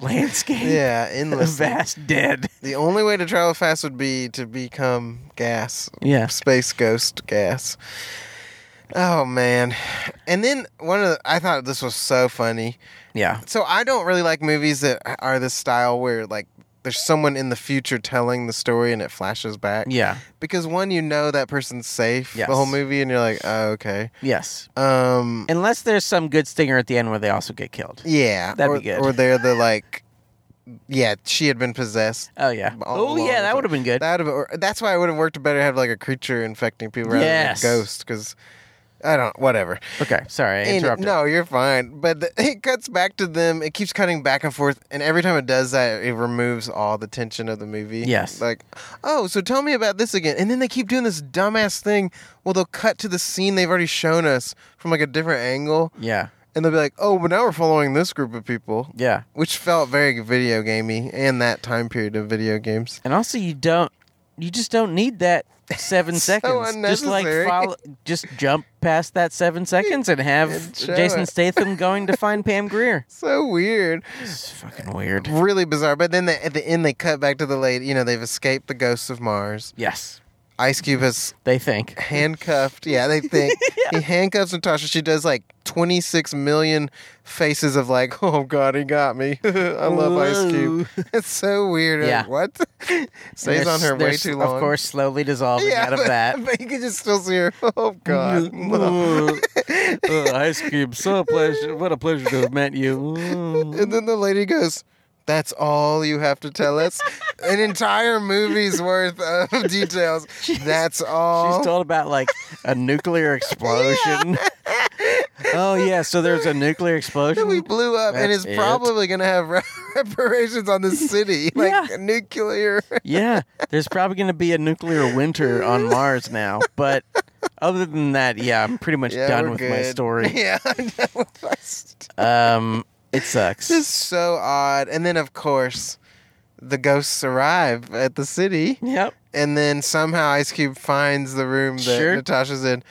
S1: landscape,
S2: Yeah,
S1: a
S2: endless.
S1: vast dead.
S2: The only way to travel fast would be to become gas,
S1: Yeah.
S2: space ghost gas. Oh man! And then one of the, I thought this was so funny.
S1: Yeah.
S2: So I don't really like movies that are this style where like there's someone in the future telling the story and it flashes back.
S1: Yeah.
S2: Because one, you know that person's safe
S1: Yes.
S2: the whole movie, and you're like, oh okay.
S1: Yes.
S2: Um,
S1: Unless there's some good stinger at the end where they also get killed.
S2: yeah,
S1: That'd
S2: or,
S1: be good.
S2: Or they're the like, yeah, she had been possessed.
S1: Oh yeah.
S2: all
S1: oh yeah,
S2: along.
S1: that would have been good.
S2: That would have, that's why it would have worked better to have like a creature infecting people rather
S1: Yes.
S2: than a ghost because I don't whatever.
S1: Okay, sorry, I
S2: And-
S1: interrupted.
S2: no, you're fine. But the, (laughs) it cuts back to them. It keeps cutting back and forth, and every time it does that, it removes all the tension of the movie.
S1: Yes.
S2: Like, oh, so tell me about this again, and then they keep doing this dumbass thing. Well, they'll cut to the scene they've already shown us from like a different angle,
S1: Yeah.
S2: and they'll be like, oh, but now we're following this group of people,
S1: Yeah.
S2: which felt very video gamey and that time period of video games.
S1: And also you don't you just don't need that 7
S2: (laughs) So
S1: seconds. Just like
S2: unnecessary.
S1: follow, just jump past that 7 seconds and have
S2: And show
S1: Jason
S2: it.
S1: Statham going to find Pam
S2: (laughs)
S1: Greer.
S2: So weird.
S1: It's fucking weird.
S2: Really bizarre. But then they, at the end, they cut back to the lady. You know, they've escaped the ghosts of Mars.
S1: Yes.
S2: Ice Cube has
S1: They think.
S2: handcuffed. Yeah,
S1: (laughs)
S2: they think. He handcuffs Natasha. She does like 26 million faces of like, (laughs) oh, God, he got me. (laughs) I love Ice Cube. (laughs) It's so weird. Like,
S1: Yeah.
S2: What? (laughs) Stays
S1: They're
S2: on
S1: s-
S2: her
S1: they're
S2: way
S1: s-
S2: too long.
S1: Of
S2: (laughs)
S1: course, slowly dissolving out of
S2: but,
S1: that.
S2: But you can just still see her. (laughs) Oh,
S1: (laughs)
S2: God. (laughs)
S1: Ice Cube, so a pleasure. What a pleasure to have met you.
S2: and then the lady goes, That's all you have to tell us. An entire movie's worth
S1: (laughs)
S2: of details. That's all.
S1: She's told about like a nuclear
S2: (laughs)
S1: explosion. oh yeah, so there's a nuclear
S2: that
S1: explosion.
S2: we blew up and
S1: That's
S2: is
S1: it.
S2: probably going to have (laughs) reparations on the
S1: (laughs)
S2: city, like
S1: Yeah. (laughs)
S2: nuclear.
S1: yeah, there's probably going to be a nuclear winter
S2: (laughs)
S1: on Mars now. But other than that, yeah, I'm pretty much
S2: Yeah,
S1: done
S2: we're
S1: with my
S2: good.
S1: story.
S2: (laughs) Yeah, I'm done with my story.
S1: Um, it sucks.
S2: This is so odd. And then, of course, the ghosts arrive at the city,
S1: Yep.
S2: and then somehow Ice Cube finds the room that
S1: Sure.
S2: Natasha's in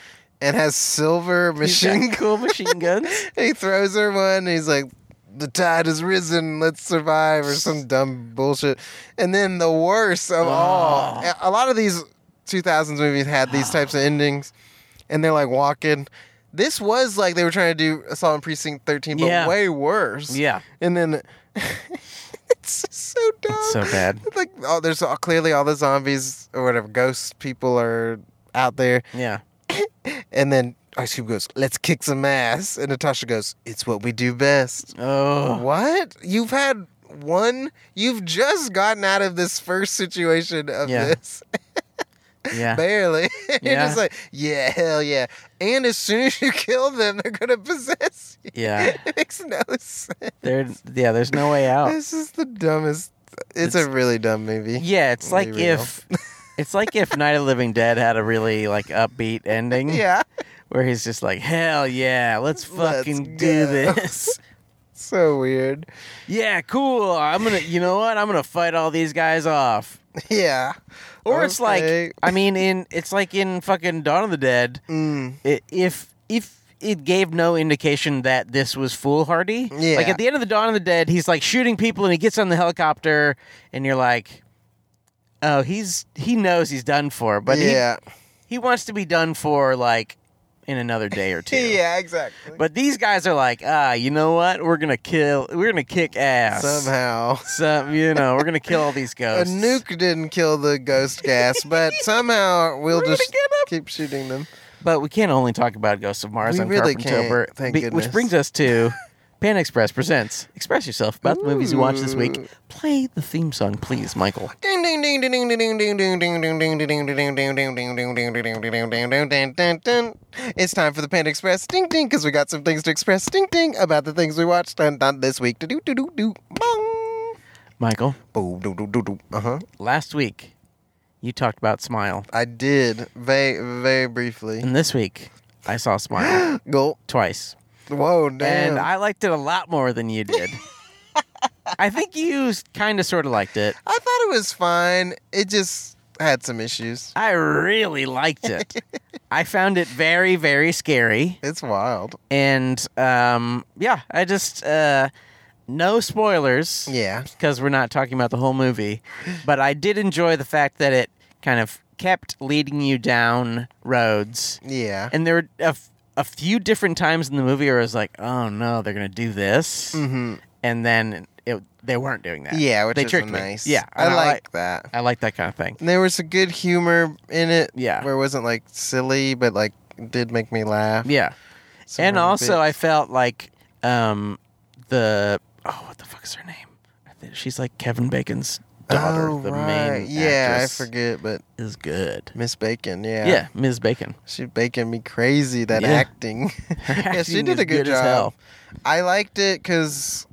S2: and has silver
S1: He's got (laughs)
S2: machine
S1: cool machine guns.
S2: (laughs) he throws her one and he's like the tide has risen let's survive or some dumb bullshit and then the worst of all
S1: Ah.
S2: a lot of these 2000s movies had these types of endings and they're like walking this was like they were trying to do assault on precinct 13 but
S1: Yeah.
S2: way worse
S1: Yeah,
S2: and then (laughs) it's just so dumb
S1: it's so bad.
S2: It's like oh there's all, clearly all the zombies or whatever ghost people are out there
S1: Yeah.
S2: and then Ice Cube goes, "Let's kick some ass." And Natasha goes, "It's (laughs) what we do best."
S1: Oh.
S2: What? You've had one. You've just gotten out of this first situation of
S1: Yeah.
S2: this
S1: (laughs) Yeah.
S2: barely. (laughs) You're
S1: Yeah.
S2: just like, yeah, hell yeah. And as soon as you (laughs) kill them, they're gonna possess you.
S1: Yeah.
S2: (laughs) it makes no sense.
S1: There. Yeah. There's no
S2: (laughs)
S1: way out.
S2: This is the dumbest. It's,
S1: It's-
S2: a really dumb (laughs) movie.
S1: Yeah. It's like
S2: Be real.
S1: if. (laughs) It's like if Night of the Living Dead had a really like upbeat ending.
S2: (laughs) yeah.
S1: where he's just like, "Hell yeah, let's
S2: Let's
S1: fucking do
S2: go." (laughs)
S1: this." (laughs)
S2: So weird.
S1: yeah, cool. I'm gonna, you know what? I'm gonna fight all these guys off.
S2: Yeah.
S1: Or it's
S2: Okay.
S1: like, I mean, in it's like in fucking Dawn of the Dead.
S2: Mm.
S1: i- If if it gave no indication that this was foolhardy,
S2: Yeah.
S1: like at the end of the Dawn of the Dead, he's like shooting people and he gets on the helicopter, and you're like. Oh, he's he knows he's done for, but (laughs)
S2: yeah.
S1: he, he wants to be done for like in another day
S2: (laughs)
S1: or two.
S2: Yeah. Exactly.
S1: But these guys are like, ah, you know what? We're gonna kill. We're gonna kick ass
S2: somehow.
S1: Some, you know, we're gonna kill all these
S2: (laughs) A
S1: ghosts.
S2: nuke didn't kill the ghost gas, but somehow we'll
S1: We're gonna
S2: just
S1: get 'em.
S2: keep shooting them.
S1: But we can't only talk about Ghosts of Mars
S2: We
S1: on
S2: really
S1: Carpentober,
S2: can't, thank goodness.
S1: which brings us
S2: (laughs)
S1: to Pan Express presents. Express yourself about the movies you watched this
S2: Ooh.
S1: week. Play the theme song, please, Michael.
S2: Ding ding ding ding ding ding ding ding ding ding ding ding ding ding ding ding ding ding ding ding ding ding ding ding ding ding. It's time for the Panda Express ding ding because we got some things to express ding ding about the things we watched and done this week. Do do do do do bong.
S1: Michael,
S2: Boom do do do do. Uh huh.
S1: last week you talked about Smile,
S2: I did very very briefly.
S1: and this week I saw
S2: (gasps)
S1: Smile
S2: Go.
S1: twice,
S2: Whoa,
S1: and
S2: damn.
S1: I liked it a lot more than you (laughs) did. I think you kind of sort of liked it.
S2: I thought it was fine. It just had some issues.
S1: I really liked it. (laughs) I found it very, very scary.
S2: It's wild.
S1: And um, yeah, I just, uh, no spoilers
S2: Yeah.
S1: because we're not talking about the whole movie. But I did enjoy the fact that it kind of kept leading you down roads.
S2: Yeah.
S1: And there were a, f- a few different times in the movie where I was like, oh no, they're going to do this.
S2: Mm-hmm.
S1: And then it, they weren't doing that.
S2: Yeah, which
S1: they
S2: is
S1: tricked me.
S2: nice.
S1: Yeah,
S2: I
S1: and I
S2: like
S1: like-
S2: that.
S1: I like that kind of thing.
S2: And there was a good humor in it.
S1: Yeah.
S2: where it wasn't like silly, but like did make me laugh.
S1: Yeah.
S2: Some
S1: and
S2: of the
S1: also I
S2: bits.
S1: felt like um the oh what the fuck is her name? I think She's like Kevin Bacon's daughter,
S2: Oh,
S1: the
S2: right.
S1: main
S2: Yeah, I
S1: actress
S2: forget, but
S1: is good.
S2: Miss Bacon. Yeah,
S1: Yeah. Ms. Bacon. (laughs)
S2: she baking me crazy that
S1: Yeah.
S2: acting. (laughs) yeah, she
S1: acting
S2: did
S1: is
S2: a good,
S1: good as
S2: job.
S1: hell.
S2: I liked it because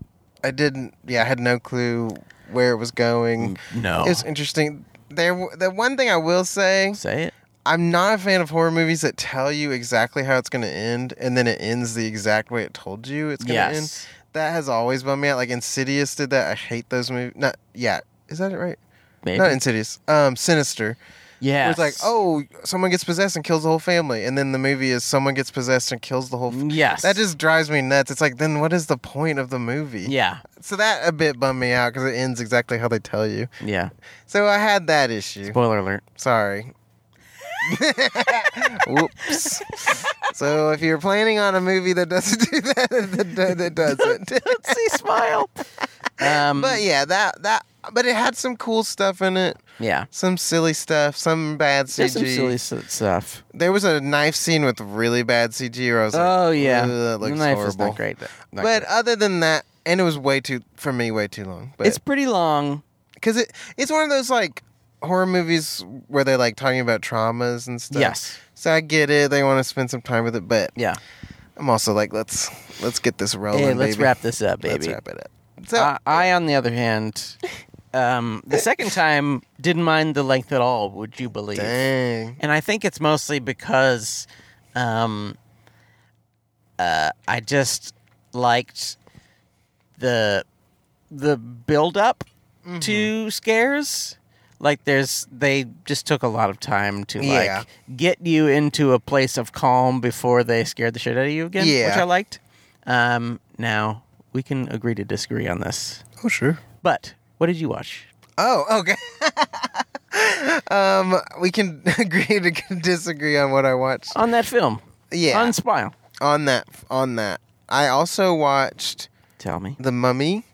S2: I didn't. Yeah, I had no clue where it was going.
S1: No,
S2: It was interesting. There, w- the one thing I will say,
S1: say it.
S2: I'm not a fan of horror movies that tell you exactly how it's going to end, and then it ends the exact way it told you it's going to end.
S1: Yes,
S2: That has always bummed me out. Like Insidious did that. I hate those movies. Not yeah, is that it right?
S1: maybe.
S2: Not Insidious. Um, Sinister.
S1: yeah,
S2: Where It's like oh, someone gets possessed and kills the whole family, and then the movie is someone gets possessed and kills the whole. F-
S1: Mm, yes,
S2: that just drives me nuts. It's like then what is the point of the movie?
S1: yeah,
S2: So that a bit bummed me out because it ends exactly how they tell you.
S1: yeah.
S2: So I had that issue.
S1: Spoiler
S2: (laughs)
S1: alert.
S2: Sorry. Whoops. so if you're planning on a movie that doesn't do that, (laughs) that, that, that
S1: (laughs)
S2: doesn't.
S1: Let's see, smile. Um,
S2: but yeah, that that. But it had some cool stuff in it.
S1: yeah,
S2: Some silly stuff. Some bad CG.
S1: there's some silly s- stuff.
S2: There was a knife scene with really bad CG. Where I was like,
S1: Oh yeah,
S2: "Ugh, that looks
S1: the knife
S2: horrible.
S1: is not great. Not
S2: but
S1: great.
S2: other than that, and it was way too for me way too long. But
S1: It's pretty long.
S2: because it it's one of those like horror movies where they're like talking about traumas and stuff.
S1: Yes.
S2: So I get it. They want to spend some time with it, but
S1: Yeah.
S2: I'm also like, let's let's get this rolling.
S1: Hey, let's
S2: baby.
S1: wrap this up, baby. Ah,
S2: Let's wrap it up. So
S1: I, I, on the other hand, um, the second time didn't mind the length at all. Would you believe?
S2: dang.
S1: And I think it's mostly because um, uh, I just liked the the build up to scares. Like there's they just took a lot of time to like
S2: Yeah.
S1: get you into a place of calm before they scared the shit out of you again, which
S2: Yeah.
S1: I liked. Um, now we can agree to disagree on this.
S2: Oh sure.
S1: But what did you watch?
S2: Oh okay. (laughs) um, we can (laughs) agree to disagree on what I watched.
S1: On that film.
S2: Yeah.
S1: On Smile.
S2: on that on that. I also watched
S1: Tell me.
S2: The Mummy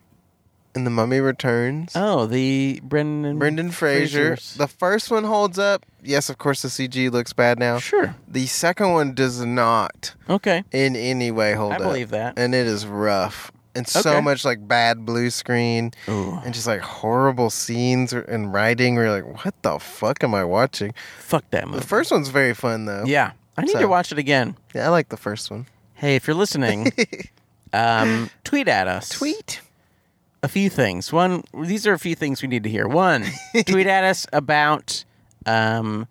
S2: and The Mummy Returns.
S1: Oh, the Brendan
S2: Brendan Fraser.
S1: Fraser's.
S2: The first one holds up. Yes, of course the CG looks bad now.
S1: Sure.
S2: The second one does not
S1: Okay.
S2: in any way hold
S1: I
S2: up.
S1: believe that.
S2: And it is rough. And
S1: Okay.
S2: so much like bad blue screen
S1: Ooh.
S2: and just like horrible scenes or- and writing where you're like, what the fuck am I watching?
S1: Fuck that
S2: The
S1: movie.
S2: first one's very fun though.
S1: Yeah. I need
S2: So-
S1: to watch it again.
S2: Yeah, I like the first one.
S1: Hey, if you're
S2: (laughs)
S1: listening, um, tweet at us. a few things. One, these are a few things we need to hear.
S2: (laughs)
S1: One, tweet at us about um,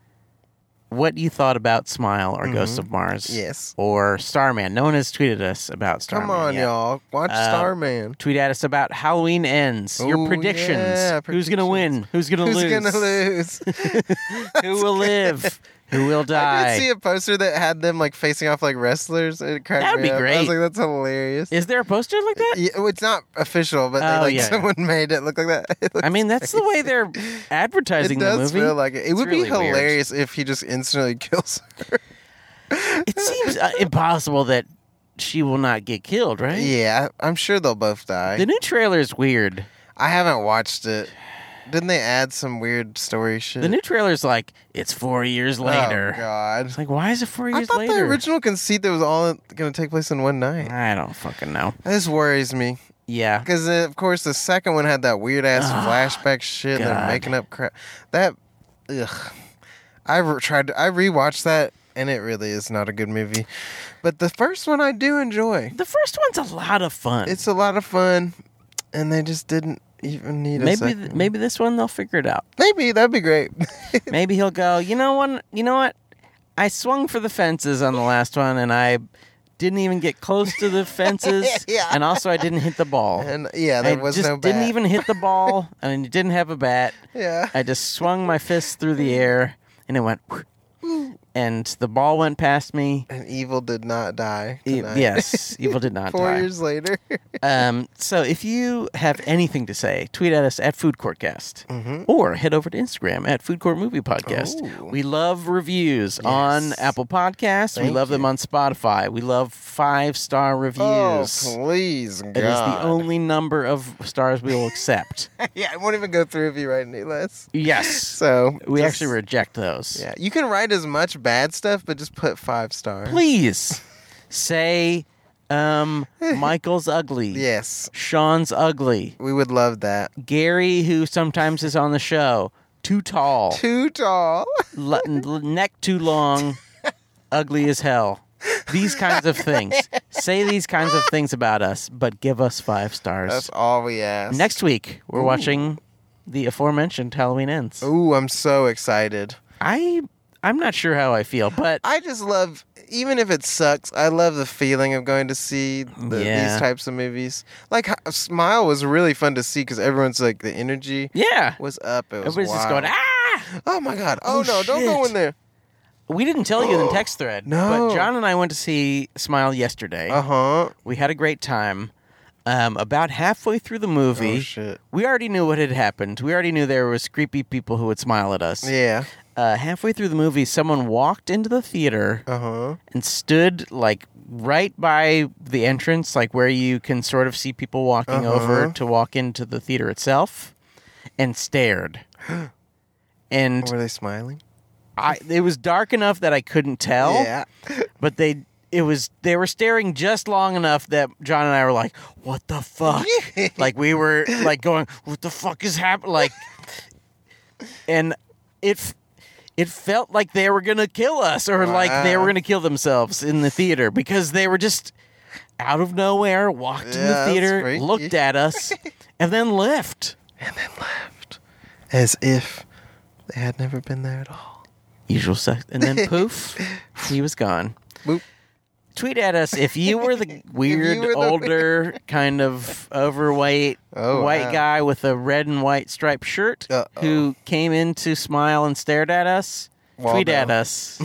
S1: what you thought about Smile or Ghost of Mars.
S2: Mm-hmm. Yes.
S1: Or Starman. No one has tweeted us about Starman.
S2: Come on,
S1: yet.
S2: y'all. Watch
S1: Uh,
S2: Starman.
S1: Tweet at us about Halloween ends.
S2: Ooh,
S1: your predictions.
S2: yeah,
S1: Who's gonna win? Who's gonna
S2: Who's
S1: lose?
S2: gonna lose?
S1: (laughs) Who will live? Who will die?
S2: I did see a poster that had them like facing off like wrestlers. It cracked
S1: That'd
S2: me
S1: be
S2: up. I
S1: great.
S2: was like, that's hilarious.
S1: Is there a poster like that?
S2: Yeah, well, it's not official, but
S1: Oh,
S2: they, like
S1: yeah.
S2: someone made it look like that. (laughs) It looks
S1: I mean, that's the way they're advertising
S2: (laughs) it does
S1: the movie.
S2: feel like it. It would
S1: really
S2: be
S1: weird.
S2: hilarious if he just instantly (laughs) kills her.
S1: it seems uh, impossible that she will not get killed, right?
S2: yeah, I'm sure they'll both die.
S1: The new trailer is weird.
S2: I haven't watched it. Didn't they add some weird story shit?
S1: The new trailer is like it's four years later.
S2: Oh, God.
S1: it's like why is it four
S2: I
S1: years
S2: thought the
S1: later?
S2: original conceit that was all going to take place in one night.
S1: I don't fucking know.
S2: This worries me.
S1: Yeah,
S2: Because of course the second one had that weird ass
S1: Ah,
S2: flashback shit. And
S1: God.
S2: they're making up crap. That, ugh. I re- tried. To, I rewatched that, and it really is not a good movie. But the first one I do enjoy.
S1: the first one's a lot of fun.
S2: It's a lot of fun, and they just didn't even need a
S1: maybe
S2: second.
S1: th-
S2: one.
S1: maybe this one they'll figure it out.
S2: maybe that'd
S1: (laughs)
S2: be great.
S1: maybe he'll go. You know what? You know what? I swung for the fences on the last one, and I didn't even get close to the fences.
S2: (laughs) Yeah.
S1: and also I didn't hit the ball.
S2: and yeah, there
S1: I
S2: was
S1: just
S2: no.
S1: didn't
S2: bat.
S1: even hit the
S2: (laughs)
S1: ball, and it didn't have a bat.
S2: Yeah.
S1: I just swung my fist through the air, and it went, (laughs) and the ball went past me.
S2: and evil did not die.
S1: E-
S2: tonight.
S1: yes, evil did not
S2: (laughs) Four
S1: die.
S2: years later.
S1: Um, so if you have anything to say, tweet at us at Food Court Cast, or head over to Instagram at Food Court Movie Podcast.
S2: Mm-hmm. Ooh.
S1: We love reviews on
S2: Yes.
S1: Apple Podcasts. we
S2: Thank
S1: love them
S2: you.
S1: on Spotify. We love five star reviews.
S2: oh please, God.
S1: it is the only number of stars we will accept.
S2: (laughs) yeah, I won't even go through if you write any less.
S1: yes.
S2: So
S1: We
S2: just-
S1: actually reject those.
S2: Yeah, you can write as much bad stuff, but just put five stars. (laughs)
S1: Please say um, Michael's ugly.
S2: Yes,
S1: Sean's ugly.
S2: we would love that.
S1: Gary, who sometimes is on the show, too tall.
S2: Too tall.
S1: l- l- neck too long, ugly as hell. These kinds of things. Say these kinds of things about us, but give us five stars.
S2: (laughs) That's all we ask.
S1: Next week, we're watching the aforementioned Halloween Ends.
S2: Ooh, I'm so excited.
S1: I I'm not sure how I feel, but
S2: I just love, even if it sucks, I love the feeling of going to see the,
S1: Yeah.
S2: these types of movies. Like H- Smile was really fun to see because everyone's like the energy
S1: yeah,
S2: was up. It was
S1: everybody's just going
S2: wild.
S1: ah.
S2: Oh my god! Oh,
S1: Oh,
S2: no! Don't go
S1: shit.
S2: in there.
S1: We didn't tell you in
S2: (gasps)
S1: the text thread,
S2: No.
S1: but John and I went to see Smile yesterday.
S2: Uh huh.
S1: We had a great time. Um, about halfway through the movie,
S2: Oh shit.
S1: we already knew what had happened. We already knew there was creepy people who would smile at us.
S2: Yeah.
S1: uh, halfway through the movie, someone walked into the theater
S2: Uh huh.
S1: and stood like right by the entrance, like where you can sort of see people walking
S2: Uh-huh.
S1: over to walk into the theater itself, and
S2: (gasps)
S1: stared. And
S2: Were they smiling?
S1: I, it was dark enough that I couldn't tell,
S2: Yeah.
S1: but they it was they were staring just long enough that John and I were like, "What the fuck?"
S2: (laughs)
S1: like we were like going, "What the fuck is happening?" Like, and it f- it felt like they were gonna kill us or like they were
S2: Wow.
S1: gonna kill themselves in the theater because they were just out of nowhere walked
S2: Yeah, that's
S1: in the theater,
S2: freaky.
S1: looked at us, and then left.
S2: and then left as if they had never been there at all.
S1: Usual sex, and then poof, he was gone.
S2: Boop.
S1: tweet at us if you were
S2: (laughs)
S1: the weird
S2: were the
S1: older kind of overweight
S2: Oh,
S1: white
S2: wow.
S1: guy with a red and white striped shirt
S2: Uh-oh.
S1: who came in to smile and stared at us tweet
S2: Waldo.
S1: at
S2: (laughs)
S1: us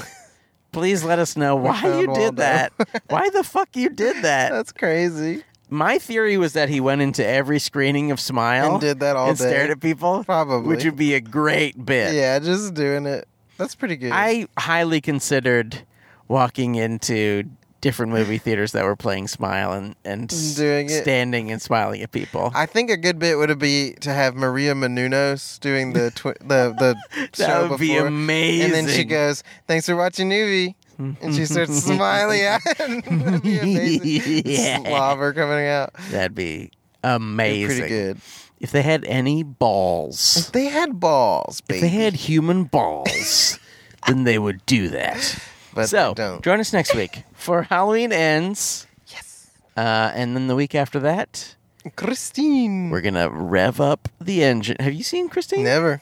S1: please let us know why
S2: found
S1: you did
S2: Waldo.
S1: that why the fuck you
S2: (laughs)
S1: did that
S2: That's crazy.
S1: my theory was that he went into every screening of smile
S2: And did that all
S1: and
S2: day.
S1: stared at people
S2: Probably.
S1: which would be a great bit
S2: yeah, just doing it. That's pretty good.
S1: I highly considered walking into different movie theaters that were playing Smile and and s-
S2: Doing it.
S1: standing and smiling at people.
S2: I think a good bit would be to have Maria Menounos doing the twi- the the show
S1: (laughs) that would be
S2: before,
S1: amazing.
S2: and then she goes, "Thanks for watching Nuvi," and
S1: (laughs)
S2: she starts smiling at. (laughs) That'd be amazing.
S1: Yeah.
S2: Slobber coming out.
S1: That'd be
S2: Be
S1: amazing.
S2: Pretty good.
S1: If they had any
S2: If
S1: balls,
S2: they had balls, baby.
S1: if they had human
S2: (laughs)
S1: balls, then they would do that.
S2: but
S1: so
S2: they don't.
S1: join us next week for Halloween ends,
S2: Yes,
S1: uh, and then the week after that.
S2: Christine.
S1: We're gonna rev up the engine. Have you seen Christine?
S2: Never.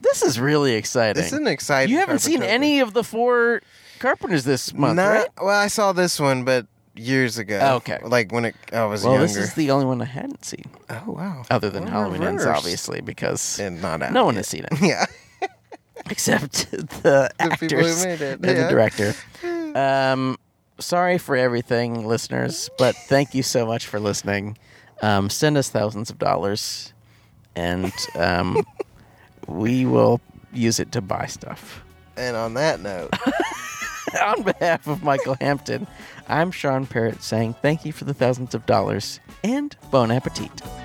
S1: This is really exciting.
S2: This is an exciting.
S1: You haven't seen
S2: carpet
S1: any of the four carpenters this month,
S2: Not-
S1: right?
S2: Well, I saw this one, but years ago.
S1: Oh, okay.
S2: Like when it, I was
S1: Well,
S2: younger.
S1: this is the only one I hadn't seen,
S2: oh wow.
S1: other than
S2: We're
S1: Halloween Ends,
S2: reversed.
S1: obviously, because
S2: And not out.
S1: no one has seen it (laughs)
S2: (laughs) Yeah. (laughs)
S1: except the,
S2: people who
S1: actors
S2: made it,
S1: and the
S2: yeah. (laughs)
S1: director. Um, sorry for everything, listeners, but thank you so much for listening. Um, send us thousands of dollars, and
S2: (laughs)
S1: um, we will use it to buy stuff.
S2: And on that note,
S1: (laughs) On behalf of Michael Hampton, I'm Sean Parrott saying thank you for the thousands of dollars and bon appetit.